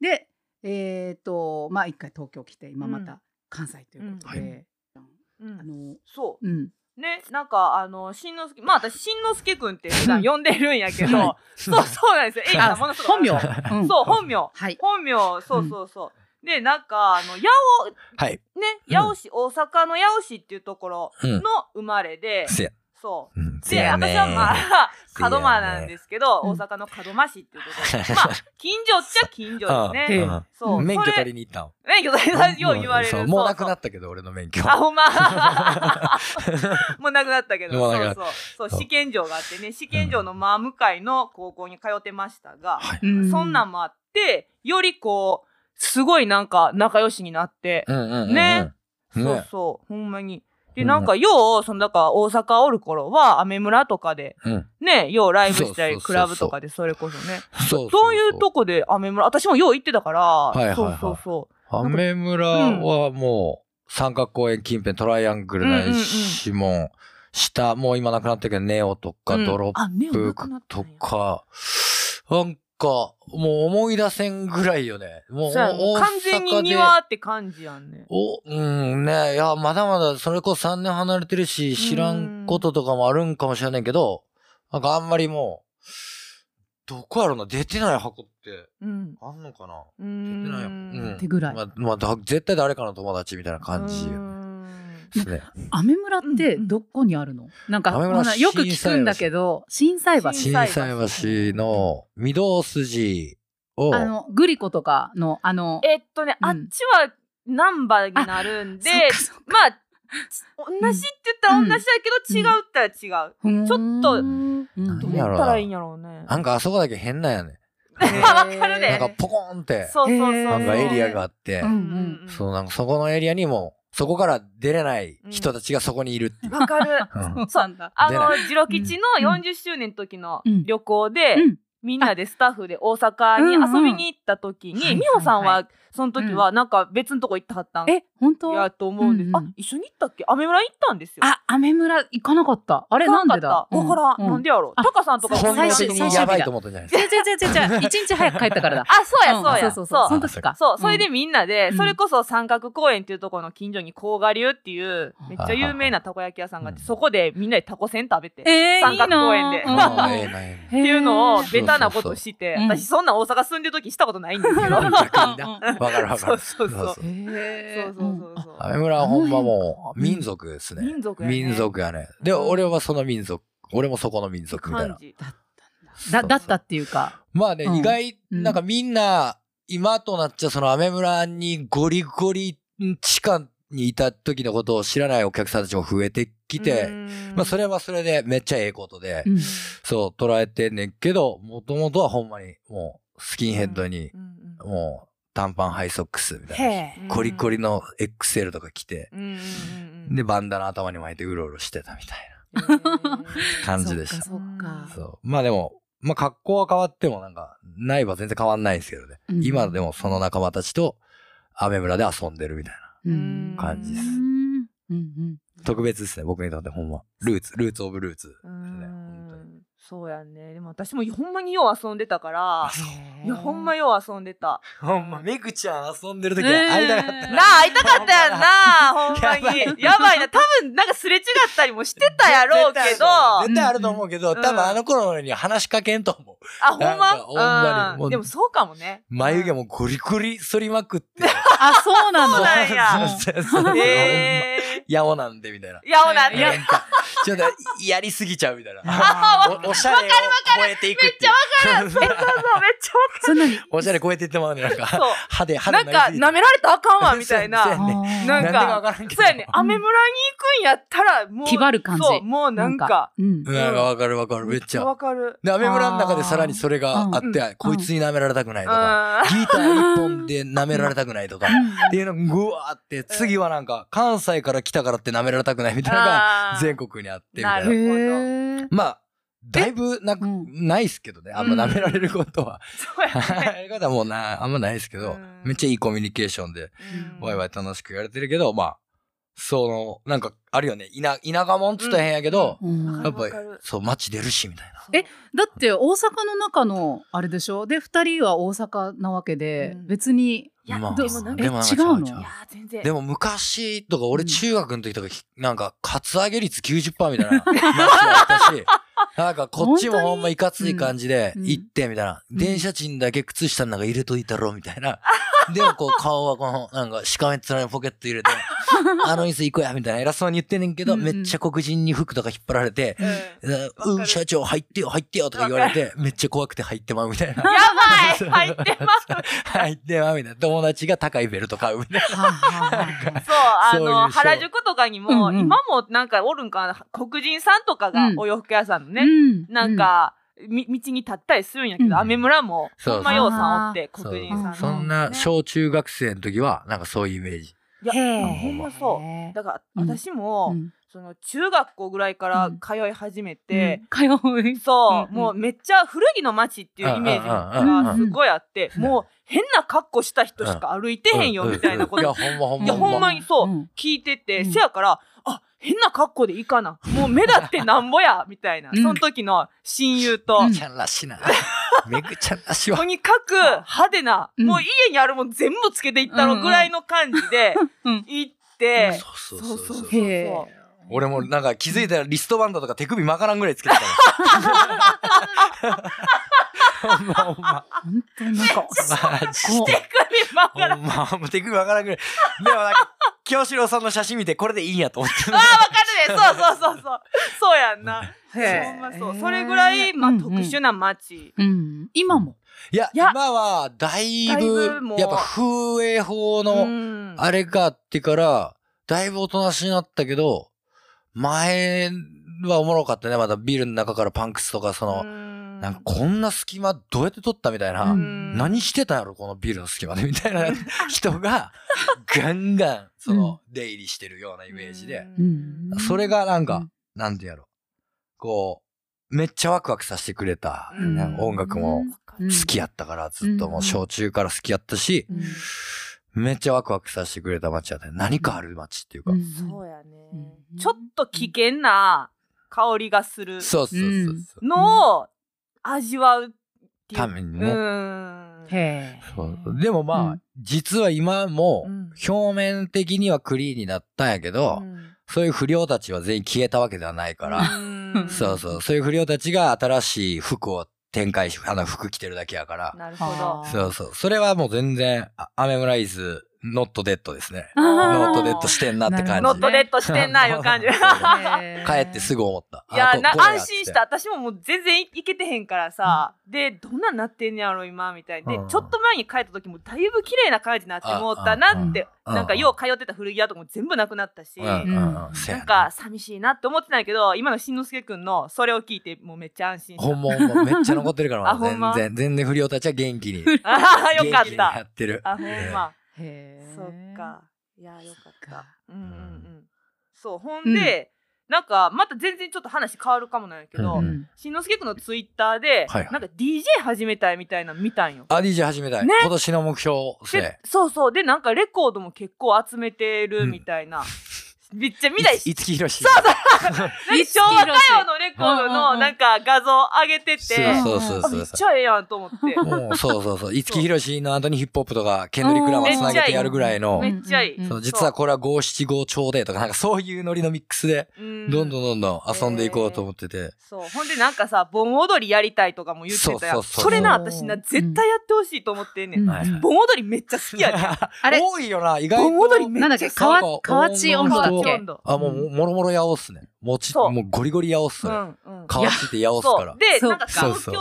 でえっ、とまあ一回東京来て今また関西ということで、うんうあんのそうんうねなんかあのしんのすけまあ私しんのすけくんって普段呼んでるんやけどそうそうなんですよえいさあんものすご本い名、うん そう本名はい本名そうそうそうでなんかあの八はい。尾ねうん八尾市大阪の八尾市っていうところうのん。生まれでせや。そううん、せで、や私ねはま あ、せやね門真なんですけど、うん大阪の門真市っていうところで、まあ、近所っちゃ近所ですえね。え。うんそう。免許取りり。に行 ったの。免許取りさんよう言われる。そそううもうなくなた。ったけど、俺の免許。あ、ほんま。 もうなくなったけど、もうそなくなっうたそそう。そうう、試験場があってね、試験場の真向かいの高校に通ってましたが、はいうんそんなんもあって、よりこう、すごいなんか仲良しになって、 うんうんうんうん。ねねそうそう、ほんまに。で、うんなんか、よう、その、だから、大阪おる頃は、アメ村とかで、うん。ね、ようライブしたそうそうそうり、そうクラブとかでそれこそね。そうそういうとこで雨村、私もよう行ってたから、いはいはいそうそうそアメ村はもう、三角公園近辺、トライアングルないし、もう、下、もう今なくなったけど、ネオとか、うんドロう。あ、ね、ッなプくなったとんやか、なんか、もう思い出せんぐらいよね。もう、そうやもう大完全に阪で。庭って感じやんね。お、うんね、いや、まだまだそれこそ3年離れてるし、知らんこととかもあるんかもしれないけど、なんかあんまりもう、どこやろな、出てない箱ってうん。あんのかなう出ーん。てないよ。うん。てぐらいまあ、まあだ絶対誰かの友達みたいな感じうーでんす ね。アメ村ってどこにあるの、なんかアメ村ほらよく聞くんだけど心斎橋心震斎橋災橋の御堂筋を、あのグリコとかのあのえっとね、うんあっちは難波になるんで、そっかまあ、同じって言ったら同じだけど、うん違うったら違う。そっかちょっとうーんど何うややろっうたならいいんやろうね。なんかあそこだけ変なんや ね。 わかるでなんかポコーンって、そうそうそうそう。なんかエリアがあってう、うんんうそう、なんかそこのエリアにも、そこから出れない人たちがそこにいるっていう。ん。わか る。うんそうなんだあ出なの、ジロ吉の40周年の時のうん旅行で、うんみんなでスタッフで大阪に遊びに行った時に、うんうん美穂さんははその時はなんか別のとこ行ったはったんえ、本当やと思うんです、うんうんあ一緒に行ったっけアメ村行ったんですよあ、アメ村行かなかった。あれ、行なかんなでかだったわからん、うなんでやろうタカさんとかそ本う能最的終にやばいと思ったんじゃないです違うか違う違う違 う。一日早く帰ったからだ。あそうやそうや、んそうそう。その時か。そううんそれでみんなで、うんそれこそ三角公園っていうところの近所に甲賀流っていうめっちゃ有名なたこ焼き屋さんがあって、うんそこでみんなでたこせん食べて、っえー、いい三角公園でなあああええうんなえへてーいうのをうんベタなことして、うん私そんな大阪住んでる時したことないんですけど、うん逆になうえなわかるわかそうるそうそうそうそうへそーうそうそうそう、アメ村はほんまもう民族ですね民族やね民族やねで俺はその民族俺もそこの民族みたいな感じだだったっていうか。まあね、うん意外、うんなんかみんな、今となっちゃそのアメ村にゴリゴリ地下にいた時のことを知らないお客さんたちも増えてきうて、んまあそれはそれでめっちゃええことで、うんそう捉えてんねんけど、もともとはほんまにもうスキンヘッドにう、んうんもう短パンハイソックスみたいへうな、んゴリゴリの XL とか着て、うんうんうんで、バンダナ頭に巻いてうろうろしてたみたいうんな感じでした。そっかそっか。そう。まあでも、まあ格好は変わってもなんか、ないは全然変わんないんですけどね。うん今でもその仲間たちと、アメ村で遊んでるみたいなうん感じでうす。んうん特別ですね、僕にとってほんま。ルーツ、ルーツオブルーツですね。本当にうんそうやねでも私もほんまによう遊んでたからいやほんまよう遊んでたほんま、めぐちゃん遊んでる時ねえ会いたかったなな。あ、会いたかったやんなほんまに。やばいな。多分、なんかすれ違ったりもしてたやろうけど。あ、絶対あると思うけど、うん多分あの頃には話しかけんと思う。ほんなんまかほんまにうんもうでもそうかもね。眉毛もゴリゴリ反りまくって。あ、そうなの。そうなんや そうそうそううほん。んまえやおなんでみたいなー。。いや、ほなんいやね。なんかちょっとやりすぎちゃうみたい な。おおしゃれを超えていくっていう。そうそうそう、めっちゃそんなに。 おしゃれ超えていってまうね。なんか、わ かる。歯で、そう。歯でなんか、舐められたらあかんわ、みた そういやな。ねななんんかでかわからんけど。そうやね。アメ村に行くんやったら、もう。気張る感じそう、もうなんか。うんうん。なんかわかるわかる。めっちゃわ。かる。で、アメ村の中でさらにそれがあって、こいつに舐められたくないとか、ギター一本で舐められたくないとか、っていうのがぐわーって、次はなんか、関西から来たからって舐められたくないみたいなのが、あー全国にあってみたいなるな。ほどへーまあ、だいぶなく、うんないっすけどね。あんま舐められることは。 そうやね。ありがたもうな、あんまないですけど、うんめっちゃいいコミュニケーションで、うんワイワイ楽しくやれてるけど、まあ、その、なんか、あるよね、田、田舎もんっつったら変やけど、うんやっぱりわかる、そう、街出るし、みたいな。えだって大阪の中のあれでしょで2人は大阪なわけで、うん別にいやまあでもなんかでもえなんか違うのちゃちゃいやー、全然。でも昔とか、俺うん中学の時とか、なんか、カツアゲ率90%みたいな、街もあった し、なんか、こっちもほんまいかつい感じで、うん行って、みたいな。うん電車賃だけ靴下の中入れといたろ、みた いな。でも、こう、顔はこの、なんか、しかめっ面にポケット 入れて、あの椅子行こうや、みたいな偉そうに言ってんねんけど、うんうんめっちゃ黒人に服とか引っ張られて、うんやうん、うん社長入ってよ、入ってよ、とか言われて、めっちゃ怖くて入ってまうみたいな。 ばい入ってます。入ってまうみたいな。友達が高いベルト買うみたいはあはあはあそう、あそういうの、ショー原宿とかにも、うんうん今もなんかおるんかな、黒人さんとかがうんお洋服屋さんのうね、んなんか、み道に立ったりするんやけど、うんアメ村も、そうほんまようさんおって、な。黒人さんの。そんなね小中学生の時は、なんかそういうイメージ。いやへえほんまうそんう。だから、うん私も、うんその、中学校ぐらいから通い始めて、通いそう、うんもうめっちゃ古着の街っていうイメージううんんうがんすごいあって、うんもう変な格好した人しか歩いてへんよみたいなこいや、とほんまほんま。いやほんまにそううん聞いてて、うんせやから、あ、変な格好でいいかな。もう目立ってなんぼ や、みたいな。うんその時の親友と、うめぐちゃんらしいな。めぐちゃんらしいわと。にかく派手な、うんもう家にあるもん全部つけていったろぐらいの感じでうん、行って、そそうそうそうへえそう。俺もなんか気づいたらリストバンドとか手首曲がらんぐらいつけてたから。ほんまほんま。本当になんか マジこで。首曲ほがらん。んま、ほんま手首わからんぐらい。でもなんか、清志郎さんの写真見てこれでいいんやと思って。 あー、わかるね。そうそうそうそう。そうやんな。うほんまそう。それぐらい、まあ、特殊な街。うん今もいや、いや今はだいだいぶぶもう、やっぱ風営法うのん。あれがあってから、だいぶおとなしになったけど、前はおもろかったね。まだビルの中からパンクスとか、その、ななんかこんな隙間どうやって撮ったみたいな。うん何してたんやろこのビルの隙間で みたいな人がガンガンその出入りしてるようなイメージで、うんそれがなんうかん、なんてやろこめっちゃワクワクさせてくれた、うんね音楽もうん好きやったから、ずっともう小中から好きやったし、うんめっちゃワクワクさせてくれた街やった。何かある街っていうか。そうやね、うんちょっと危険な香りがするそうそうそうそう。のを味わうっていうためにうね。んへえそうでもまあ、うん実は今もうん、表面的にはクリーンになったんやけど、そういう不良たちは全員消えたわけではないから、らそうそう、そういう不良たちが新しい服を展開し、あの服着てるだけやから、なるほどそうそう、それはもう全然、あアメムライズ、ノットデッドですね。あーノットデッドしてんなっなてる感ほどノッじト。デッドしてんないう感じいへ え 帰ってすぐ思った。あやこなこや安心した私ももう全然いけてへんからさ、でどんなんなってんねやろ今みたいで、うんちょっと前に帰った時もだいぶ綺麗な感じになってもうたなって、うんなんかよう通ってた古着屋とかも全部なくなったし、うんうんうんうんせやなんか寂しいなって思ってないけど今のしんのすけくんのそれを聞いてもうめっちゃ安心しほんまほんま、めっちゃ残ってるか あら、ほんま全然、全然不良たちは元気に。たあ ーよ元か気っにやたってる。あほんまへえそっかいやよかっそっかたうんうんうんそうほんで、なんかまた全然ちょっと話変わるかもなんやけど、うんしんのすけくんのツイッターで、はいはいなんか DJ 始めたいみたいなの見たんよ。あ、DJ 始めたい。ね今年の目標、でせ。そうそうでなんかレコードも結構集めてるみたいな、めっちゃ見たいしい五木ひろし。なんか昭和歌謡のレコードのなんか画像上げててそうそうそあうそめうっちゃええやんと思ってもう、そうそうそう。五木ひろしの後にヒップホップとか、ケンドリック・ラマーつなげてやるぐらいのう、めっちゃいい、うんそう実はこれは五七五調でとか、なんかそういうノリのミックスで、う、うんどんどんどんどん遊んでいこうと思ってて。そうほんでなんかさ盆踊りやりたいとかも言ってたやそんうそそうそうれな私な絶対やってほしいと思ってんねん、うんはい盆踊りめっちゃ好きや ねんあれ多いよな、意外と。盆踊りめなんだっっちゃけ好き川なんか川内音頭盆踊だりっけ川内音頭あ、もう、もろもろやおっすね。もち、そうもうゴリゴリやおっすうね。んうんかわしてやおっすそかうら。でそうなんかそう東そう京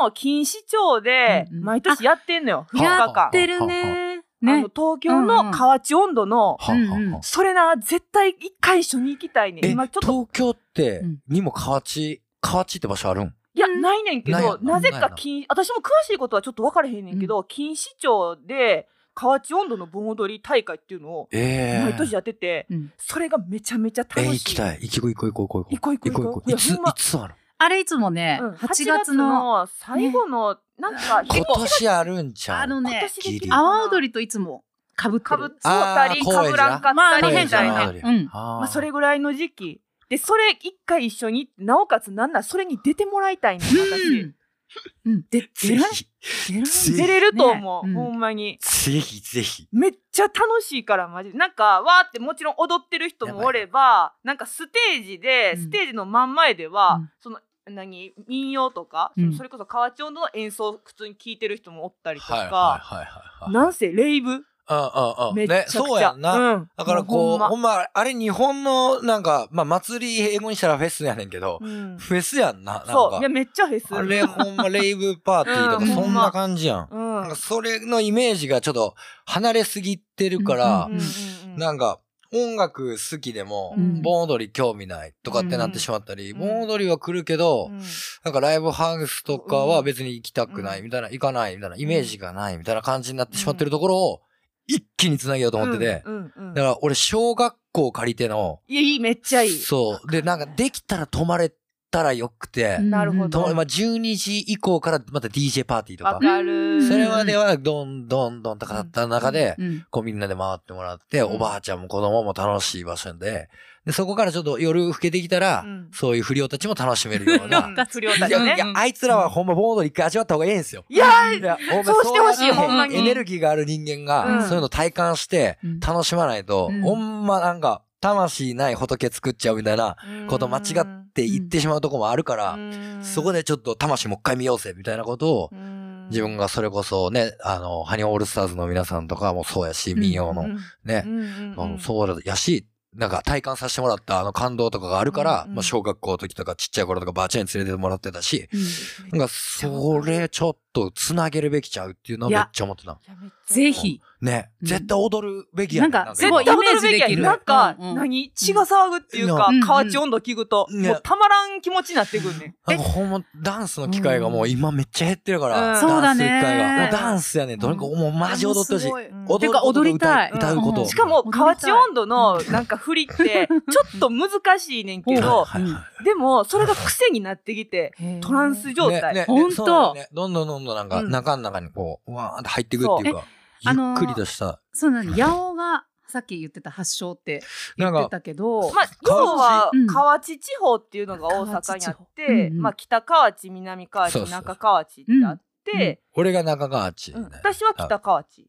の錦糸町でうんうん毎年やってんのよあ4日や間っ知ってるねあのね東京の河内温度の、はうんはうんはそれな絶対一回一緒に行きたいねんえ、今ちょっと東京ってうん、にも河内、河内って場所あるんいやないねんけないどよななぜないよかな金私も詳しいことはちょっと分からへんねんけど錦糸町で河内温度の盆踊り大会っていうのをええ毎年やっててうんそれがめちゃめちゃ楽え、しい行きたい。行こう行こう行こう行こう行こう行こういつ、いやいほんまつあるあれいつもねうん8月の最後のなんか結今構年あるんちゃあうのね私できるああ阿波踊りといつもかぶってかぶっるたりあーかぶらんかったりみたい高円寺ななねうんままあ、それぐらいの時期でそれ一回一緒になおかつなんならそれに出てもらいたいねん私、うんうんで出られ出られぜひ出れると思う、ねうんほんまにぜひぜひ。めっちゃ楽しいからマジでなんかわーってもちろん踊ってる人もおればなんかステージで、うんステージの真ん前では、うんその何民謡とか、うんそのそれこそ河内音頭の演奏を普通に聴いてる人もおったりとか、はいはいはいはいはい。なんせレイブうんうんうん。めっちゃねく、ちゃ、そうやんな。んだからこう、もほんま、あれ日本の、なんか、まあ、祭り英語にしたらフェスやねんけどほ、んまうんフェスやんな。なんそういやか、めっちゃフェスあれほん ま、レイブパーティーとうんか、そんな感じやん。うんなんかそれのイメージがちょっと離れすぎてるから、うんうんうんなんか音楽好きでもう、ん盆踊り興味ないとかってなってしまったり、うん盆踊りは来るけど、うんなんかライブハウスとかは別に行きたくないみたいな、行かないみたいな、イメージがないみたいな感じになってしまってるところを、一気に繋げようと思ってて、うんうんうんだから俺小学校借りての、いやいいめっちゃいい。そう。で、なんかできたら泊まれたらよくて、なるほど泊ままあ、12時以降からまた DJ パーティーとわか、かる。うんそれまではどんどんどんとかだった中で、うんこうみんなで回ってもらって、うんおばあちゃんも子供も楽しい場所で、で、そこからちょっと夜更けてきたら、うんそういう不良たちも楽しめるよううな。ん 不良 たいちや、ねい。やあいつらはほんま盆踊り一回味わった方がいいんですよ。いやいや、ほんまそうしてほしいそうやってほんまにエネルギーがある人間うんが、そういうの体感してうん楽しまないと、うんほんまなんか、魂ない仏作っちゃうみたいなこと間違って言ってしまうとこもあるから、そこででちょっと魂もう一回見ようぜみたいなことを、自分がそれこそね、あの、ハニーオールスターズの皆さんとかもそうやし、うん民謡のね、あののうそうやし、なんか体感させてもらったあの感動とかがあるから、うんまあ小学校の時とかちっちゃい頃とかばあちゃんに連れてってもらってたし、うんなんかそれちょっとつなげるべきちゃうっていうのはめっちゃ思ってた。ん。いやめっぜひ。ね、うん絶対踊るべきなやねんか、す絶ごい対イ踊メーるジべきでやきねる。なんか、うんうん何血が騒ぐっていうか、うんうん河内温度聞くと、ねもうたまらん気持ちになってくるね。なんかほんま、ダンスの機会がもう今めっちゃ減ってるから、ダうんンスそうだ機ね会が。もうダンスやねん。どれか、もうマジ踊ってほしい。すごいうん踊てるかことと踊りたい歌う歌うこと。うんしかも、踊りたい河内温度のなんか振りって、ちょっと難しいねんけど、はいはいはいでも、それが癖になってきて、へートランス状態。ねねほんとそうだよねどんどんどんどんなんか、うん中の中にこう、わーって入ってくっていうそうか、えゆっくりとした。そうなの。八尾が、さっき言ってた発祥ってな言んってか、たけど、まあ、要はうん河内地方っていうのが大阪にあ河内地って、方うんうんまあ、北河内南河そう内そう中河内ってあって、俺が中川あっち、うん私は北河内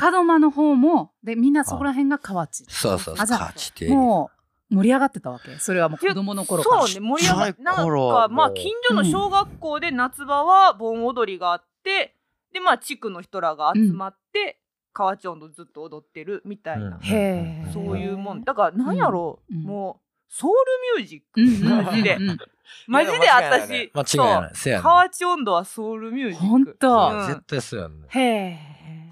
門間の方も、で、みんなそこら辺が河内。そうそう、あじゃあ河内って。もう、盛り上がってたわけ。それはもう子供の頃から。そうね盛り上がっちっちゃいなん頃かまあもう近所の小学校で夏場は盆踊りがあって、でまあ地区の人らが集まって、河内温度ずっと踊ってるみたいな、へーそういうもんだからなんやろう、うんもうソウルミュージック、うんうんうんうん。マジでうんマジで私、間違いそない。せやうね河内温度はソウルミュージックほんとうん絶対そうやんね。へえ。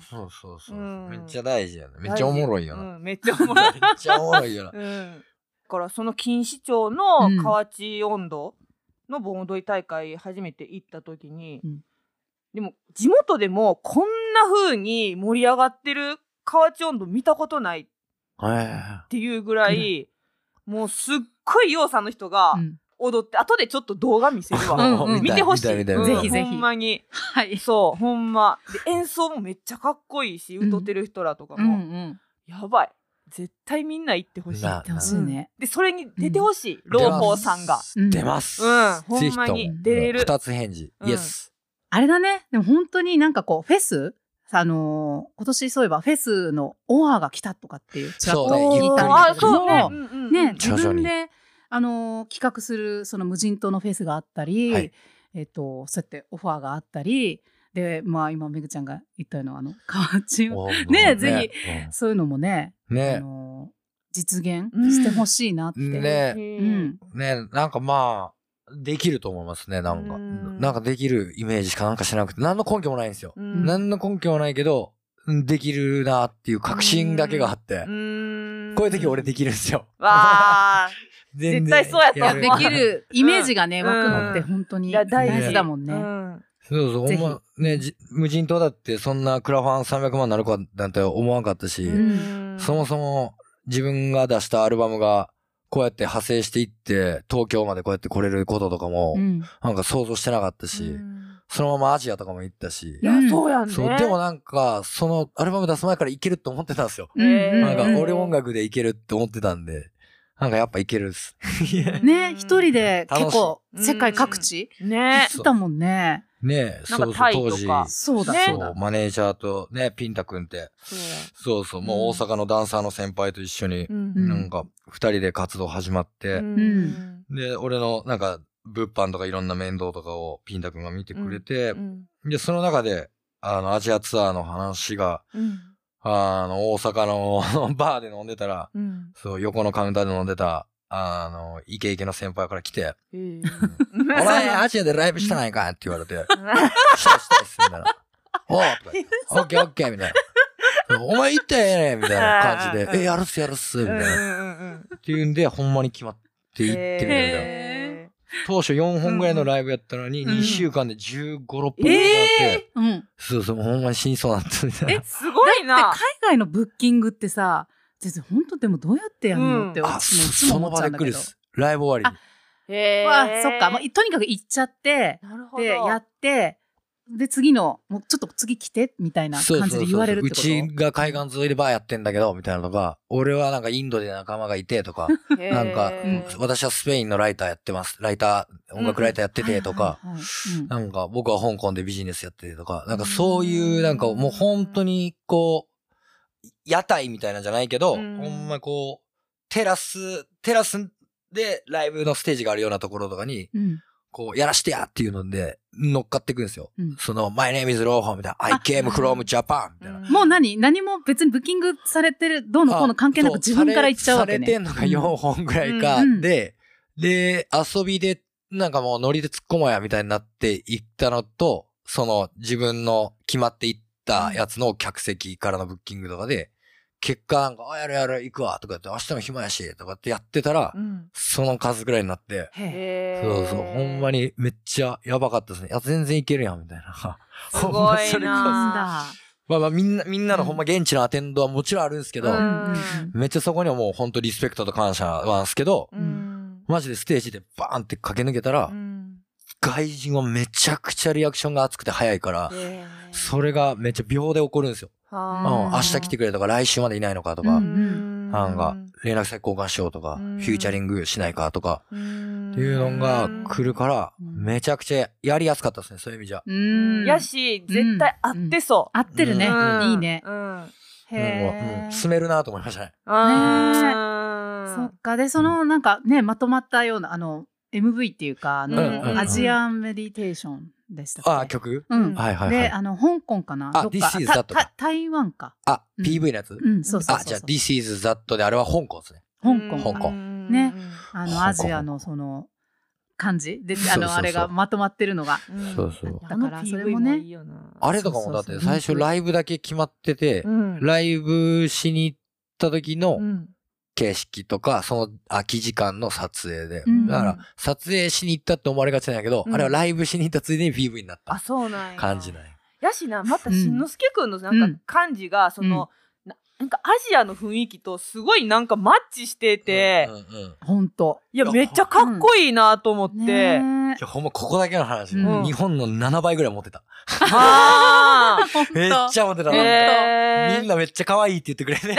そうそうそう。うんめっちゃ大事やね。めっちゃおもろいよな。うん、めっちゃおもろいめっちゃおもろいよな。うんだからその錦糸町の河内温度の盆踊り大会初めて行った時に、うんでも地元でもこんな風に盛り上がってる河内温度見たことないっえて いうぐらい、もうすっごい洋さんの人がうん踊って、後でちょっと動画見せるわ。うんうん見てほしい。見たうんぜひぜひほんまに。はい。そう、ほんま。で演奏もめっちゃかっこいいし、うん歌ってる人らとかうんうも、ん。やばい。絶対みんな行ってほしい。な楽しいね。で、それに出てほしい、朗報さんが。うん出ます。うんほぜんひまとにも出れる二つ返事。うんイエス。あれだね。でも本当になんかこう、フェスあのー今年そういえばフェスのオファーが来たとかっていう、ちらっとそうね聞いゆったくんりだあ、けどそうねも。うんうんうんね、徐自々分にで、あのー企画する、その無人島のフェスがあったり、はいえっ、と、そうやってオファーがあったり、で、まあ今、めぐちゃんが言ったような、あの、河内を、おーねもうぜそういうのもね、うんあねのー実現してほしいなって。ねう。ん。ねなんかまあ、できると思いますね、なんか。うんなんかできるイメージしかなんかしなくて、何の根拠もないんですよ。うん何の根拠もないけど、うんできるなっていう確信だけがあって、うんこういう時俺できるんですよ。わあ。 全然絶対そうやとい思うや、できるるイメージがね、うん湧くのって本当 にいや大大事事だもんね。うんそうそう、ほぜんひま、ね、じ無人島だってそんなクラファン300万になるかなんて思わなかったし、んそもそも自分が出したアルバムが、こうやって派生していって、東京までこうやって来れることとかも、うんなんか想像してなかったし、うんそのままアジアとかも行ったしい、や、そうやんね。そう、でもなんか、そのアルバム出す前からいけるって思ってたんですよ。うんうんうんなんか、うん俺音楽でいけるって思ってたんで、なんかやっぱいけるっす。ね一人で楽しい結構世界各地行ねっ。てたもんね。ねえ、なんかそうそタう、イと当か時。そうだねそそううだ。、マネージャーとね、ピンタ君って、そうそうそう、もう大阪のダンサーの先輩と一緒に、やうんうんなんか、二人で活動始まって、うんで、俺の、なんか、物販とかいろんな面倒とかをピンタ君が見てくれて、うんで、その中で、あの、アジアツアーの話が、うんあの、大阪の バーで飲んでたら、うんそう、横のカウンターで飲んでた、あの、イケイケの先輩から来て、えーお前、アジアでライブしたないかって 言われて、したしたいっす、みたいな。おうとか言って、オッケーオッケー、みたいな。お前行ったらええねんみたいな感じで、あーえ、やるっす、やるっす、みうんたういな。っんうんうんていうんで、ほんまに決まって行ってみたいな。へ当初4本ぐらいのライブやったのに、うん2週間で15、6本ぐーらいやっえて、うん。そうそう、ほんまに死にそうになったみたいな。ーえ、すごいな。海外のブッキングってさ、全然本当でもどうやってやるのって、うあ、私もいつもその思っち場ゃうでんだ来るけど。っす。ライブ終わりに。へーわあ、そっか。もうとにかく行っちゃって、なるほど。で、やって、で、次の、もうちょっと次来て、みたいなそう感そじでうそう言われるってことうちが海岸沿いでバーやってんだけど、みたいなとか、俺はなんかインドで仲間がいて とか、へーなんか、私はスペインのライターやってます。ライター、音楽ライターやっててとか、はいはいはいうんなんか僕は香港でビジネスやっててとか、なんかそういう、なんかもう本当にこう、屋台みたいなんじゃないけど、うんほんまこう、テラス、テラスでライブのステージがあるようなところとかに、うんこう、やらしてやっていうので、乗っかっていくんですよ。うんその、My name is Roho みたいな、I あ came from Japan みたいな。もう何何も別にブッキングされてる、どうのこうの関係なくあ自分から行っちゃうわけね。そうされてんのが4本ぐらいか、うんで、で、遊びで、なんかもうノリで突っ込もうやみたいになっていったのと、その自分の決まっていっったやつの客席からのブッキングとかで、結果なんか、あ、やるやる、行くわ、とかやって、明日も暇やし、とかってやってたら、うんその数ぐらいになって、へえへそうそう、ほんまににめっちゃやばかったですね。いや、全然いけるやん、みたいな。す ほごいなんまそれこそあまあまあ、みんな、みんなのほんま現地のアテンドはもちろんあるんですけど、んめっちゃそこにはもうほんとリスペクトと感謝はんすけど、うんマジでステージでバーンって駆け抜けたら、うん外人はめちゃくちゃリアクションが熱くて早いから、それがめっちゃ秒で起こるんですよ。はうあん、明日来てくれとか、来週までいないのかとか、ううんなんか、連絡先交換しようとか、うフんューチャリングしないかとか、うんっていうのが来るから、うんめちゃくちゃやりやすかったですね、そういう意味じゃ。うんやし絶対合ってそ合ってるね、ううんいいねう、うんもううへんえ住めるなと思いましたね。そあっかでそのなんかねまとまったようなあの MV っていうかあの、うんうんうんアジアンメディテーションでしたっけあ、曲うん、はいはいはでい。あの香港かなあどっ This か is た that た台湾かあ、うん PV のやつうんそうそうそうあ、じゃあ This is that で、あれは香港ですね。香港香か港ねあ香の港アジアのその感じでそうあそうそうのあれがまとまってるのがそうそうだからそれもねあれとかもだっそうてそうそう最初ライブだけ決まってて、ラライブしに行った時のうん形式とか、その空き時間の撮影でう。んだから、撮影しに行ったって思われがちなんやけど、うんあれはライブしに行ったついでに PV になっあたそうなんや感じなんや。やしなまたうんしんのすけくんのなうんんか感じがそのななんかアジアの雰囲気とすごいなんかマッチしててうんうんうんい本当いやめっちゃかっこいいなと思ってねえや、ほんまここだけの話。うん日本の7倍ぐらい持ってた。 あ本当めっちゃ持ってたーな。へみんーなめっちゃ可愛いって言ってくれて。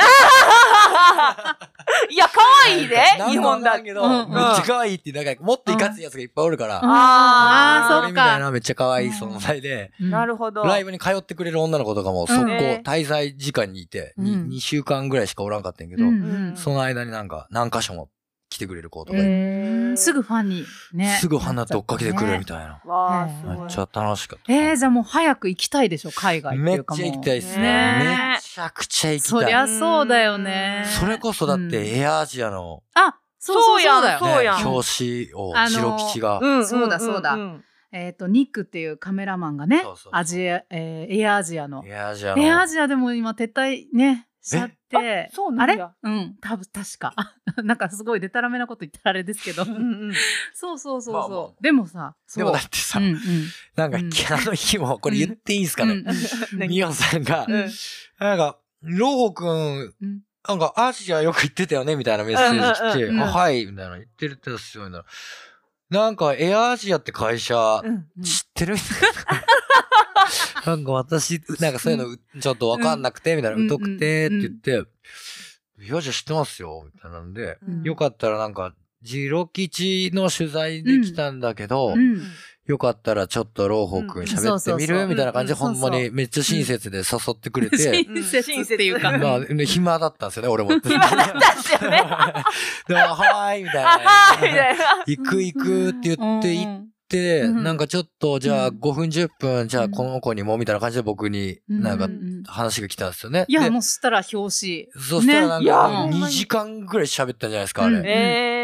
いや可愛いで日本だ なんけど、うんうめっんちゃ可愛いって、なんかもっといかついやつがいっぱいおるから、あーあーあーそ俺うみたいかなめっちゃ可愛い存在で、うんなるほどライブに通ってくれる女の子とかも速攻うん滞在時間にいて、にうん2週間ぐらいしかおらんかったんやけどう、んうんその間になんか何箇所も来てくれる子とかいて、うんすぐファンにねすぐ花って追っかけてくるみたいな。わあねすめごいっちゃ楽しかった。えー、じゃあもう早く行きたいでしょ海外ってめいっうかもちゃう行きたいですね。ねめちゃくちゃ行きそりたい。ゃそうだよねそれこそだっうんてエアアジアのあそうそうそうだよそうねやん表紙をあの白吉がんんんんそうだそうだんえっ、と、ニックっていうカメラマンがね、そうそうそうアジア、えーエアアジアの。エアアジアのエアアジアでも今撤退ね、しちゃって。そあうなんれやうん、多分確か。 なんかすごいデタラメなこと言ったらあれですけ ど。うんうんそうそうそうそう。まあまあでもさ、そうでもだってさうんうんなんかうんあの日もこれ言っていいんすかうねん うんミオさんがう、んなんか、ローくうんん、なんかアジアよく行ってたよねみたいなメッセージ来うてんう、んうんあはい、みたいな言ってるってすごいな。なんかエアアジアって会社う、んうん知ってるみたいな。なんか私、なんかそういうのちょっとわかんなくて、みたいな、うん疎くてって言って、いや、じゃあ知ってますよ、みたいなんで、うんよかったらなんか、ジロ吉の取材で来たんだけど、うんよかったらちょっとローホー君う喋ってみんそうそうそるうみたいな感じで、うんうほんんまにめっちゃ親切で誘ってくれて、親切っていうか。うんまあ、ね暇だったんですよね、俺も。暇だったっすよね でも、はーい、みたいあはーみな。たいな行く行くって言って行っ、ってうんうんなんかちょっと、じゃあうん5分10分、じゃあこの子にも、みたいな感じで僕になんか話が来たんですよね。いや、でもうそしたら表紙。そしたらなんかねいや2時間ぐらい喋ったんじゃないですか、あうんれ。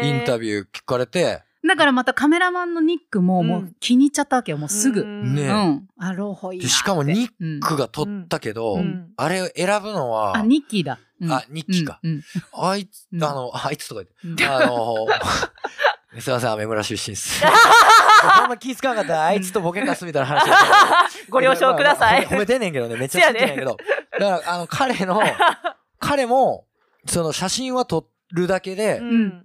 えインタビビュー聞かれて、だからまたカメラマンのニックももう気に入っちゃったわけよ、もうすぐ。ねうん。あ、ローホいいなでって。しかもニッうんクが撮ったけどうん、あれを選ぶのはあ、、ニッキーだ。うんあニッキーか。うんあいつ、うんあの、あいつとか言っうて、あの、 すいません、アメ村出身っす。ほんま気ぃつかなかったら、あいつとボケかすみたいな話だった。ご了承くださいまあまあ褒め褒めてんねんけどね、めっちゃ好きなんやけど。だから、あの、彼の、彼も、その写真は撮るだけで、うん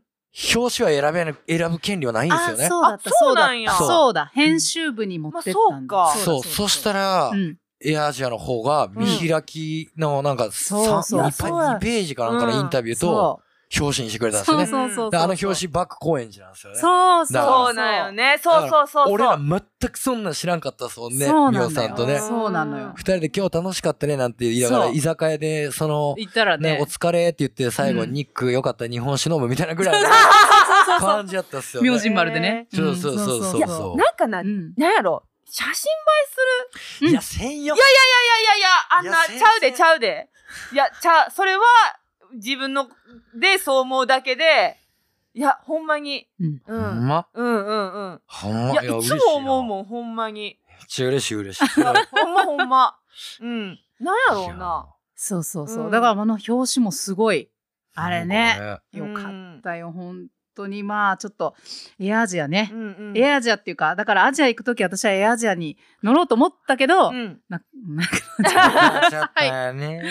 表紙は選べな、選ぶ権利はないんですよあね。そうだった、そあうだそうっなんやた。そうだ、編集部に持ってったんだ。まあそうそしたら、うんエアアジアの方が見開きのなんかそうそう3、そうや2ページかなんかのインタビューそと表紙にしてくれうたんですよね。そうそうそうであの表紙バック公演寺なんですよね。そうそうだからそうなんよねそうそうそうそう俺ら全くそんなん知らんかったっすもんね、そうみなおんださよんとね。そうなのよ二人で今日楽しかったねなんて言いながら、そう居酒屋で、その、言ったらねね、お疲れって言って最後、うんニックよかったら日本酒飲むみたいなぐらい のそうそう感じやったっすよね。明神丸でねそうそうそうそう。んそなんかなううんなんやろ写真映えすうるうんいや、せんよ。いやいやいやあんいやな先生ちゃうでちゃうでいやちゃうそれは自分のでそう思うだけでいやほんまにうんうほんんまうんうんうんほんまいやいつも思うもん。んほんまにめっちゃ嬉しい嬉しい。ほんまほんまうんなんやろうな。そうそうそう。うんだからあの表紙もすごい。 あれね。うよんかったよ、本当に。まあちょっと、エアアジアねう。んうん。エアアジアっていうか、だからアジア行くとき私はエアアジアに乗ろうと思ったけど、うん。な なな っちゃったよね。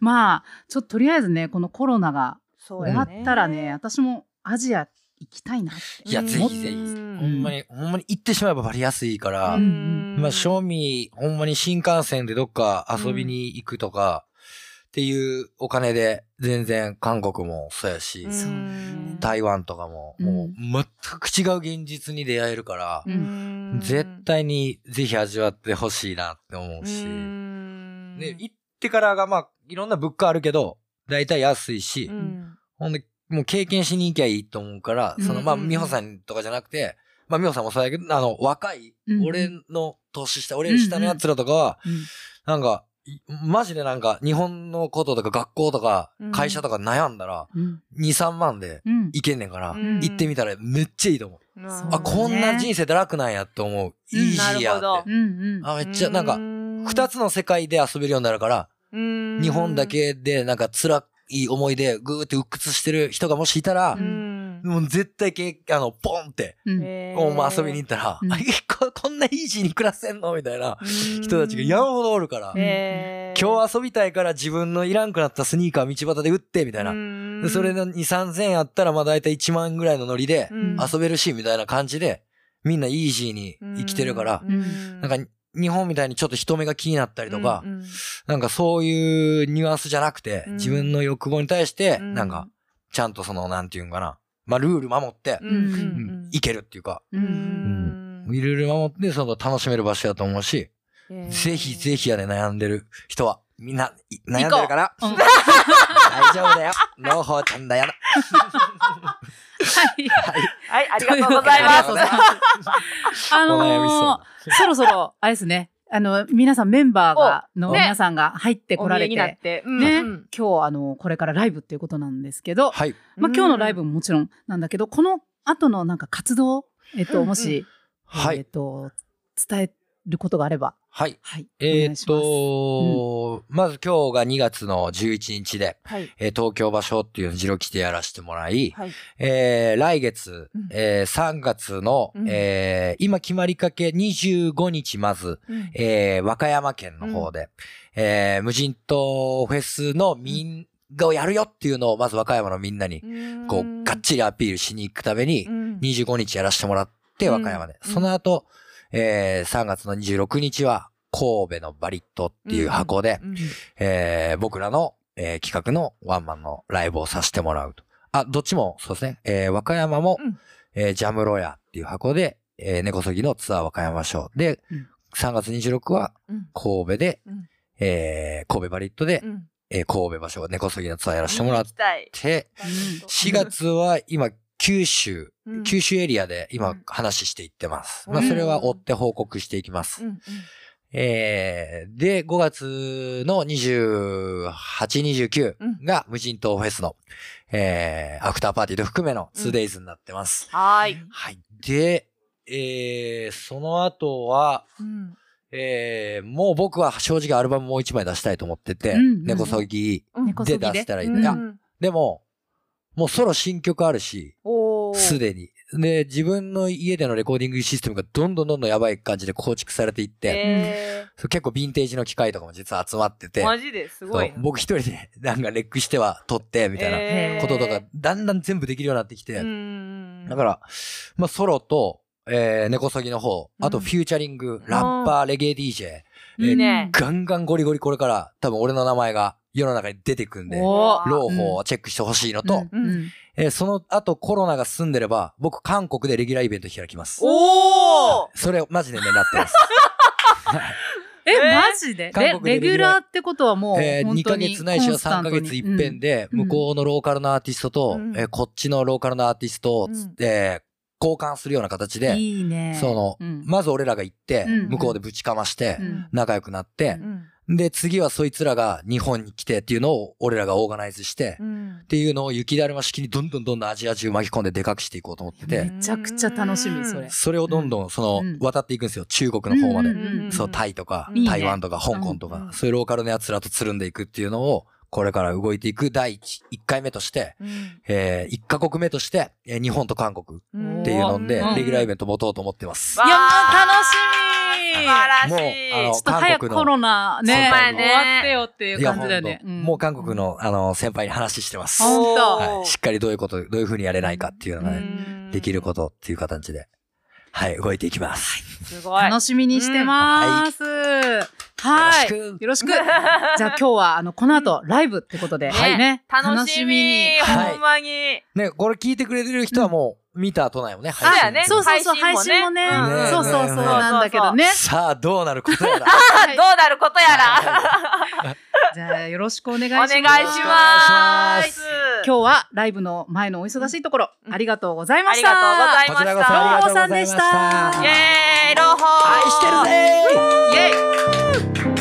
まあ、ちょっととりあえずね、このコロナがそう終やわねったらね、私もアジア行きたいなって。いや、ぜひぜひ。うほんんまに、ほんまに行ってしまえばバリやすいから、んまあ、正味、ほんまに新幹線でどっか遊びに行くとか、っていうお金で、全然韓国もそうやし、そううん台湾とかも、うんもう全く違う現実に出会えるから、ううん絶対にぜひ味わってほしいなって思うし、うんで、行ってからがまあ、いろんな物価あるけど、だいたい安いし、うんほんで、もう経験しに行きゃいいと思うから、その、まあ、うんうんうん美穂さんとかじゃなくて、まあ、美穂さんもそうやけど、あの、若い、うん俺の年下、俺より下の奴らとかは、うんなんか、いマジでなんか、日本のこととか学校とかうん、会社とか悩んだら、うん。 2、3万でうん。行けんねんから、うん行ってみたらめっちゃいいと思う。うんそうあ、こんな人生で楽なんやって思う。うんイージーやっなるほて。うんうん。あ、めっちゃ、なんか、二つつの世界で遊べるようになるから、日日本だけでなんか辛い思いでぐーって鬱屈してる人がもしいたら、もう絶対け、あの、ポンって、うんもう遊びに行ったら、うんあ こ、こんなイージーに暮らせんのみたいな人たちが山ほどおるから、えー今日遊びたいから自分のいらんくなったスニーカー道端で売って、みたいな。でそれの2、3000円あったら、まあ大体1万円ぐらいのノリでうん遊べるし、みたいな感じで、みんなイージーに生きてるから、んなんか日本みたいにちょっと人目が気になったりとかう、んなんかそういうニュアンスじゃなくて、うん自分の欲望に対して、うんなんか、ちゃんとその、なんていうんかな、まあルール守って、うんうんうんいけるっていうか、ううんん うんいろいろ守って、その楽しめる場所だと思うし、えーぜひぜひやで悩んでる人は、みんな、い悩んでるから、行こううん大丈夫だよ。のうほうちゃんだよな。はい。はい。はいありがとうございますというわけであのお悩みー、そろそろ、あれですね、あの、皆さん、メンバーが、の、ね皆さんが入ってこられお見えにて、なってね、今日、あの、これからライブっていうことなんですけど、はい。まあ、今日のライブももちろんなんだけど、この後のなんか活動、えっと、もし、はえっい。と、伝えることがあれば、はい。はい。えお願いーしっますと、まず今日が2月の11日で、はいえー東京場所っていうジロキでやらせてもらい、はいえー来月うん、えー3月の、うんえー今決まりかけ25日まず、うんえー和歌山県の方で、えー無人島フェスのみんがをやるよっていうのを、まず和歌山のみんなに、こう、がっちりアピールしに行くために、うん25日やらせてもらって、う和ん歌山で。うんその後、えー3月の26日は、神戸のバリットっていう箱で、うんえー僕らの、えー企画のワンマンのライブをさせてもらうと。あ、どっちも、そうですね。えー和歌山も、うんえージャムロヤっていう箱で、えー根こそぎのツアー和歌山ショーで、うん3月26はうん神戸で、うんえー神戸バリットで、うんえー神戸場所、根こそぎのツアーやらせてもらっ行きたいて、4月は今、九州、うん九州エリアでう今ん話していってます。うんまあそれは追って報告していきます。うんえー、で、5月の28、うん29が無人島フェスの、えー、アフターパーティーと含めのうん 2days になってます。はーいはい。で、えー、その後は、うんえー、もう僕は正直アルバムもう一枚出したいと思ってて、うんうん根こそぎうん猫で出したらいい。うんいや、でも、もうソロ新曲あるし、おーすでに。で、自分の家でのレコーディングシステムがどんどんどんどんやばい感じで構築されていって、えそう結構ヴィンテージの機械とかも実は集まってーて、マジですごいそう僕一人で なんかレックしては撮って、みたいいなこととか、だんだん全部できるようになってきて、だからら、まあソロと、えー、根こそぎの方、あとうんフューチャリング、ラッパー、レゲエ DJ、えーねガンガンゴリゴリこれから多分俺の名前が世の中に出てくんで、おロ朗報をチェックしてほしいのと、うんうんえーその後コロナが進んでれば、僕韓国でレギュラーイベント開きます。おーそれをマジで狙って ます。え、えーマジで韓レ国レでギレギュュララーってことはもう、えー、2ヶ月ないしは3ヶ月一遍で。で、うん向こうのローカルのアーティストと、うんえーこっちのローカルのアーティストを、うんえー交換するようなう形んで、いいね。その、うんまず俺らが行って、うん向こうでぶちかまして、うん仲良くなって、うんで、次はそいつらが日本に来てっていうのを俺らがオーガナイズして、うっんていうのを雪だるま式にどんどんどんどんアジア中巻き込んででかくしていこうと思ってて、めちゃくちゃ楽しみそれそれをどんどんそうんの渡っていくんですよ。中国の方までうん。うんうんそう、タイとかいい、ね台湾とか、香港とうんうかん、そういうローカルの奴らとつるんでいくっていうのを、これから動いていく第一1回目として、うんえ1カ国目として、えー日本と韓国うんっていうのでうん、レギュラーイベント持とうと思ってます。わいやも素う楽もうあ晴らしいのしいちょっと早くコロナね先輩の終わってよっていう感じだよねいやほんともう韓国の、あの、先輩に話してます。あは本い。しっかりどういうこと、どういうふうにやれないかっていうのがね、うんできることっていう形で、はい、動いていきます。すごい楽しみにしてます、はいよろしくよろし くじゃあ今日はあのこの後ライブってことで、はいね楽しみにはいほんまにね、これ聞いてくれてる人はもう、見た後なんよね、配そ信うやねそうそうそう配配信信ももねねうんそうそうそうねえねえねえなんだけどねさあ、どうなることやら。あどうなることや らじゃあよろしくお願いしお願まいすします今日はライブの前のお忙しいところ、うんありがとうございまあしりたがとうございこまちらこしそたありがとうございロンホーさんまでししたた。イエーイロホ愛してるぜイエーイ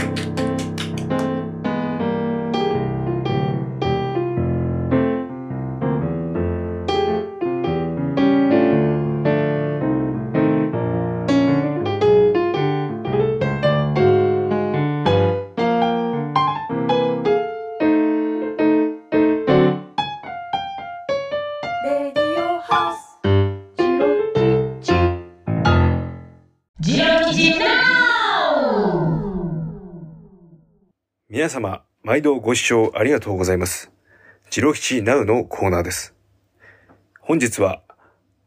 皆様、毎度ご視聴ありがとうございます。ジロキチナウのコーナーです。本日は、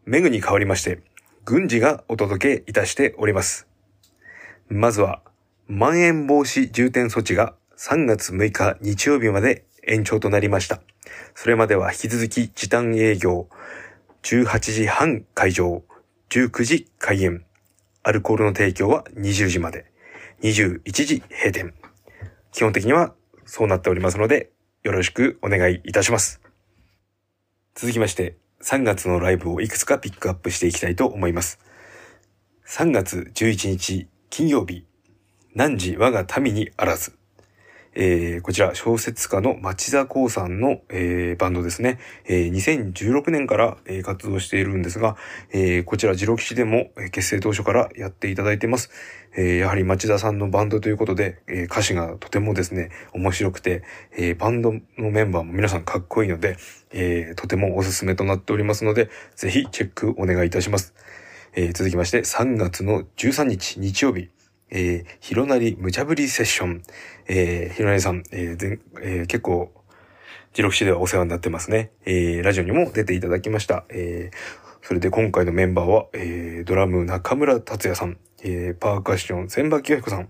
メグに代わりまして、軍事がお届けいたしております。まずは、まん延防止重点措置が3月6日日曜日まで延長となりました。それまでは引き続き時短営業、18時半開場、19時開演、アルコールの提供は20時まで、21時閉店。基本的にはそうなっておりますので、よろしくお願いいたします。続きまして、3月のライブをいくつかピックアップしていきたいと思います。3月11日金曜日、何時我が民にあらず。えーこちら小説家の町田光さんの、えーバンドですね、えー2016年から、えー活動しているんですが、えーこちらロキシでもえー結成当初からやっていただいてます。えーやはり町田さんのバンドということで、えー歌詞がとてもですね、面白くて、えーバンドのメンバーも皆さんかっこいいので、えーとてもおすすめとなっておりますので、ぜひチェックお願いいたします。えー続きまして、3月の13日日曜日、えー、ひろなり無茶ぶりセッション。えー、ひろなりさん、えー全えー結構、ジロクシではお世話になってますね。えーラジオにも出ていただきました。えーそれで今回のメンバーは、えードラム中村達也さん、えーパーカッション千葉清彦さん、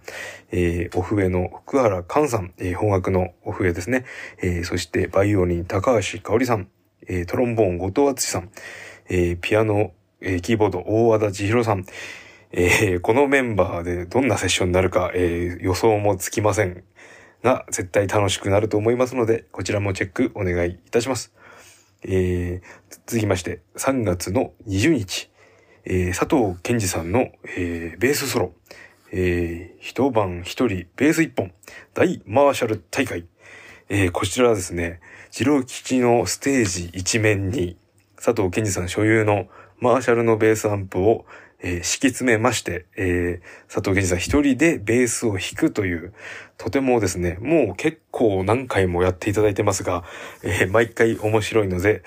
えーオフエの福原寛さん、えー邦楽のオフエですね、えーそしてバイオリン高橋香織さん、えートロンボーン後藤敦さん、えーピアノ、えーキーボード大和田千尋さん、えーこのメンバーでどんなセッションになるか、えー予想もつきませんが、絶対楽しくなると思いますので、こちらもチェックお願いいたします。えー続きまして、3月の20日、えー佐藤健二さんの、えーベースソロ、えー一晩一人ベース一本、大マーシャル大会。えーこちらはですね、二郎吉のステージ一面に、佐藤健二さん所有のマーシャルのベースアンプを、えー敷き詰めまして、えー佐藤健二さん一人でベースを弾くという、とてもですね、もう結構何回もやっていただいてますが、えー毎回面白いので、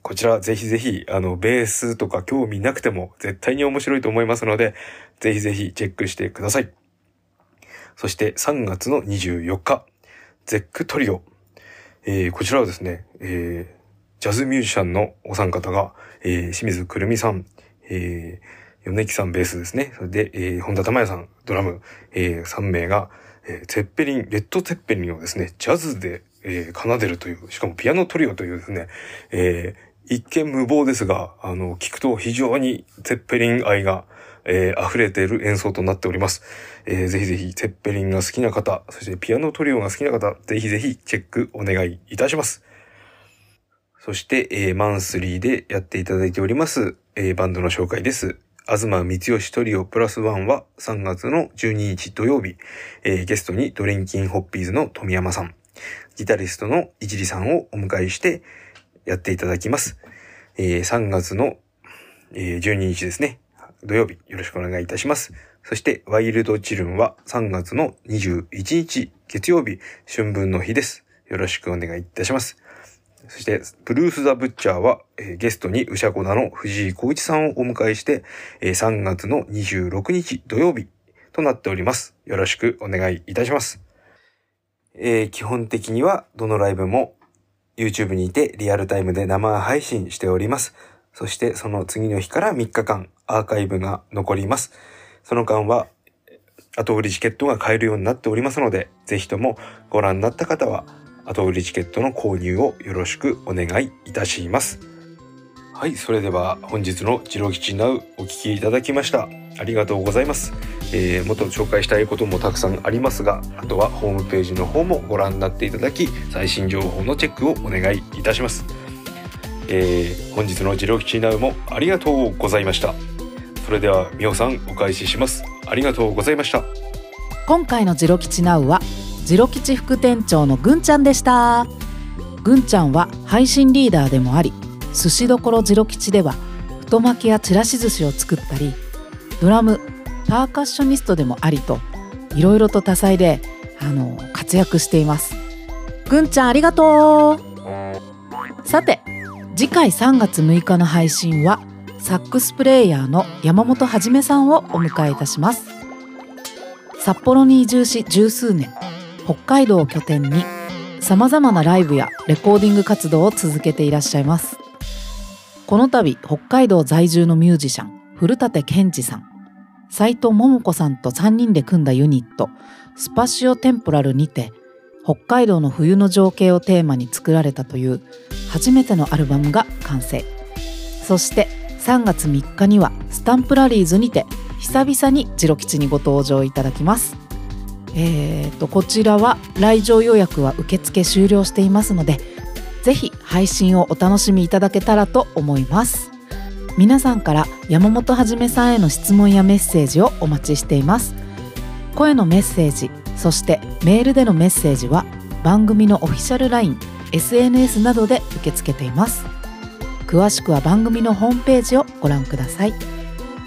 こちらぜひぜひ、あの、ベースとか興味なくても絶対に面白いと思いますので、ぜひぜひチェックしてください。そして3月の24日、ゼックトリオ。えーこちらはですね、えージャズミュージシャンのお三方が、えー清水くるみさん、えー米木さんベースですね。それで、えー本田珠也さんドラム、え3名が、えーゼッペリン、レッドゼッペリンをですね、ジャズで、えー奏でるという、しかもピアノトリオというですね、えー一見無謀ですが、あの、聞くと非常にゼッペリン愛が、えー溢れている演奏となっております。えーぜひぜひ、ゼッペリンが好きな方、そしてピアノトリオが好きな方、ぜひぜひチェックお願いいたします。そして、えーマンスリーでやっていただいております、えーバンドの紹介です。東光義トリオプラスワンは3月の12日土曜日、えーゲストにドリンキンホッピーズの富山さん、ギタリストのいじりさんをお迎えしてやっていただきます。えー3月の、えー12日ですね、土曜日よろしくお願いいたします。そして、ワイルドチルンは3月の21日月曜日、春分の日です。よろしくお願いいたします。そして、ブルース・ザ・ブッチャーは、えーゲストにうしゃこだの藤井光一さんをお迎えして、えー3月の26日土曜日となっております。よろしくお願いいたします。えー基本的にはどのライブも YouTube にてリアルタイムで生配信しております。そしてその次の日から3日間アーカイブが残ります。その間はえー後売りチケットが買えるようになっておりますので、ぜひともご覧になった方は後売りチケットの購入をよろしくお願いいたします。はい、それでは本日のジロキチナウお聞きいただきました。ありがとうございます。えー、もっと紹介したいこともたくさんありますが、あとはホームページの方もご覧になっていただき、最新情報のチェックをお願いいたします。えー、本日のジロキチナウもありがとうございました。それでは、みおさんお返しします。ありがとうございました。今回のジロ吉ナウはジロ吉副店長のぐんちゃんでしたぐんちゃんは配信リーダーでもあり寿司どころジロ吉では太巻きやちらし寿司を作ったりドラムパーカッショニストでもありといろいろと多彩であの活躍していますぐんちゃんありがとうさて次回3月6日の配信はサックスプレイヤーの山本はじめさんをお迎えいたします札幌に移住し十数年北海道を拠点にさまざまなライブやレコーディング活動を続けていらっしゃいますこの度北海道在住のミュージシャン古舘健二さん斎藤桃子さんと3人で組んだユニットスパシオテンポラルにて北海道の冬の情景をテーマに作られたという初めてのアルバムが完成そして3月3日にはスタンプラリーズにて久々にジロ吉にご登場いただきます。えー、とこちらは来場予約は受付終了していますのでぜひ配信をお楽しみいただけたらと思います皆さんから山本はじめさんへの質問やメッセージをお待ちしています声のメッセージそしてメールでのメッセージは番組のオフィシャル LINE SNS などで受け付けています詳しくは番組のホームページをご覧ください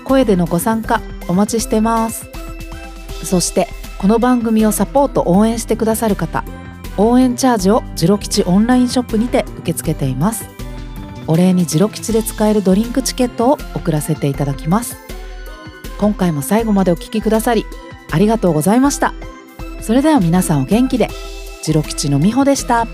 声でのご参加お待ちしてますそしてこの番組をサポート応援してくださる方応援チャージをジロ吉オンラインショップにて受け付けていますお礼にジロ吉で使えるドリンクチケットを送らせていただきます今回も最後までお聞きくださりありがとうございましたそれでは皆さんお元気でジロ吉のみほでした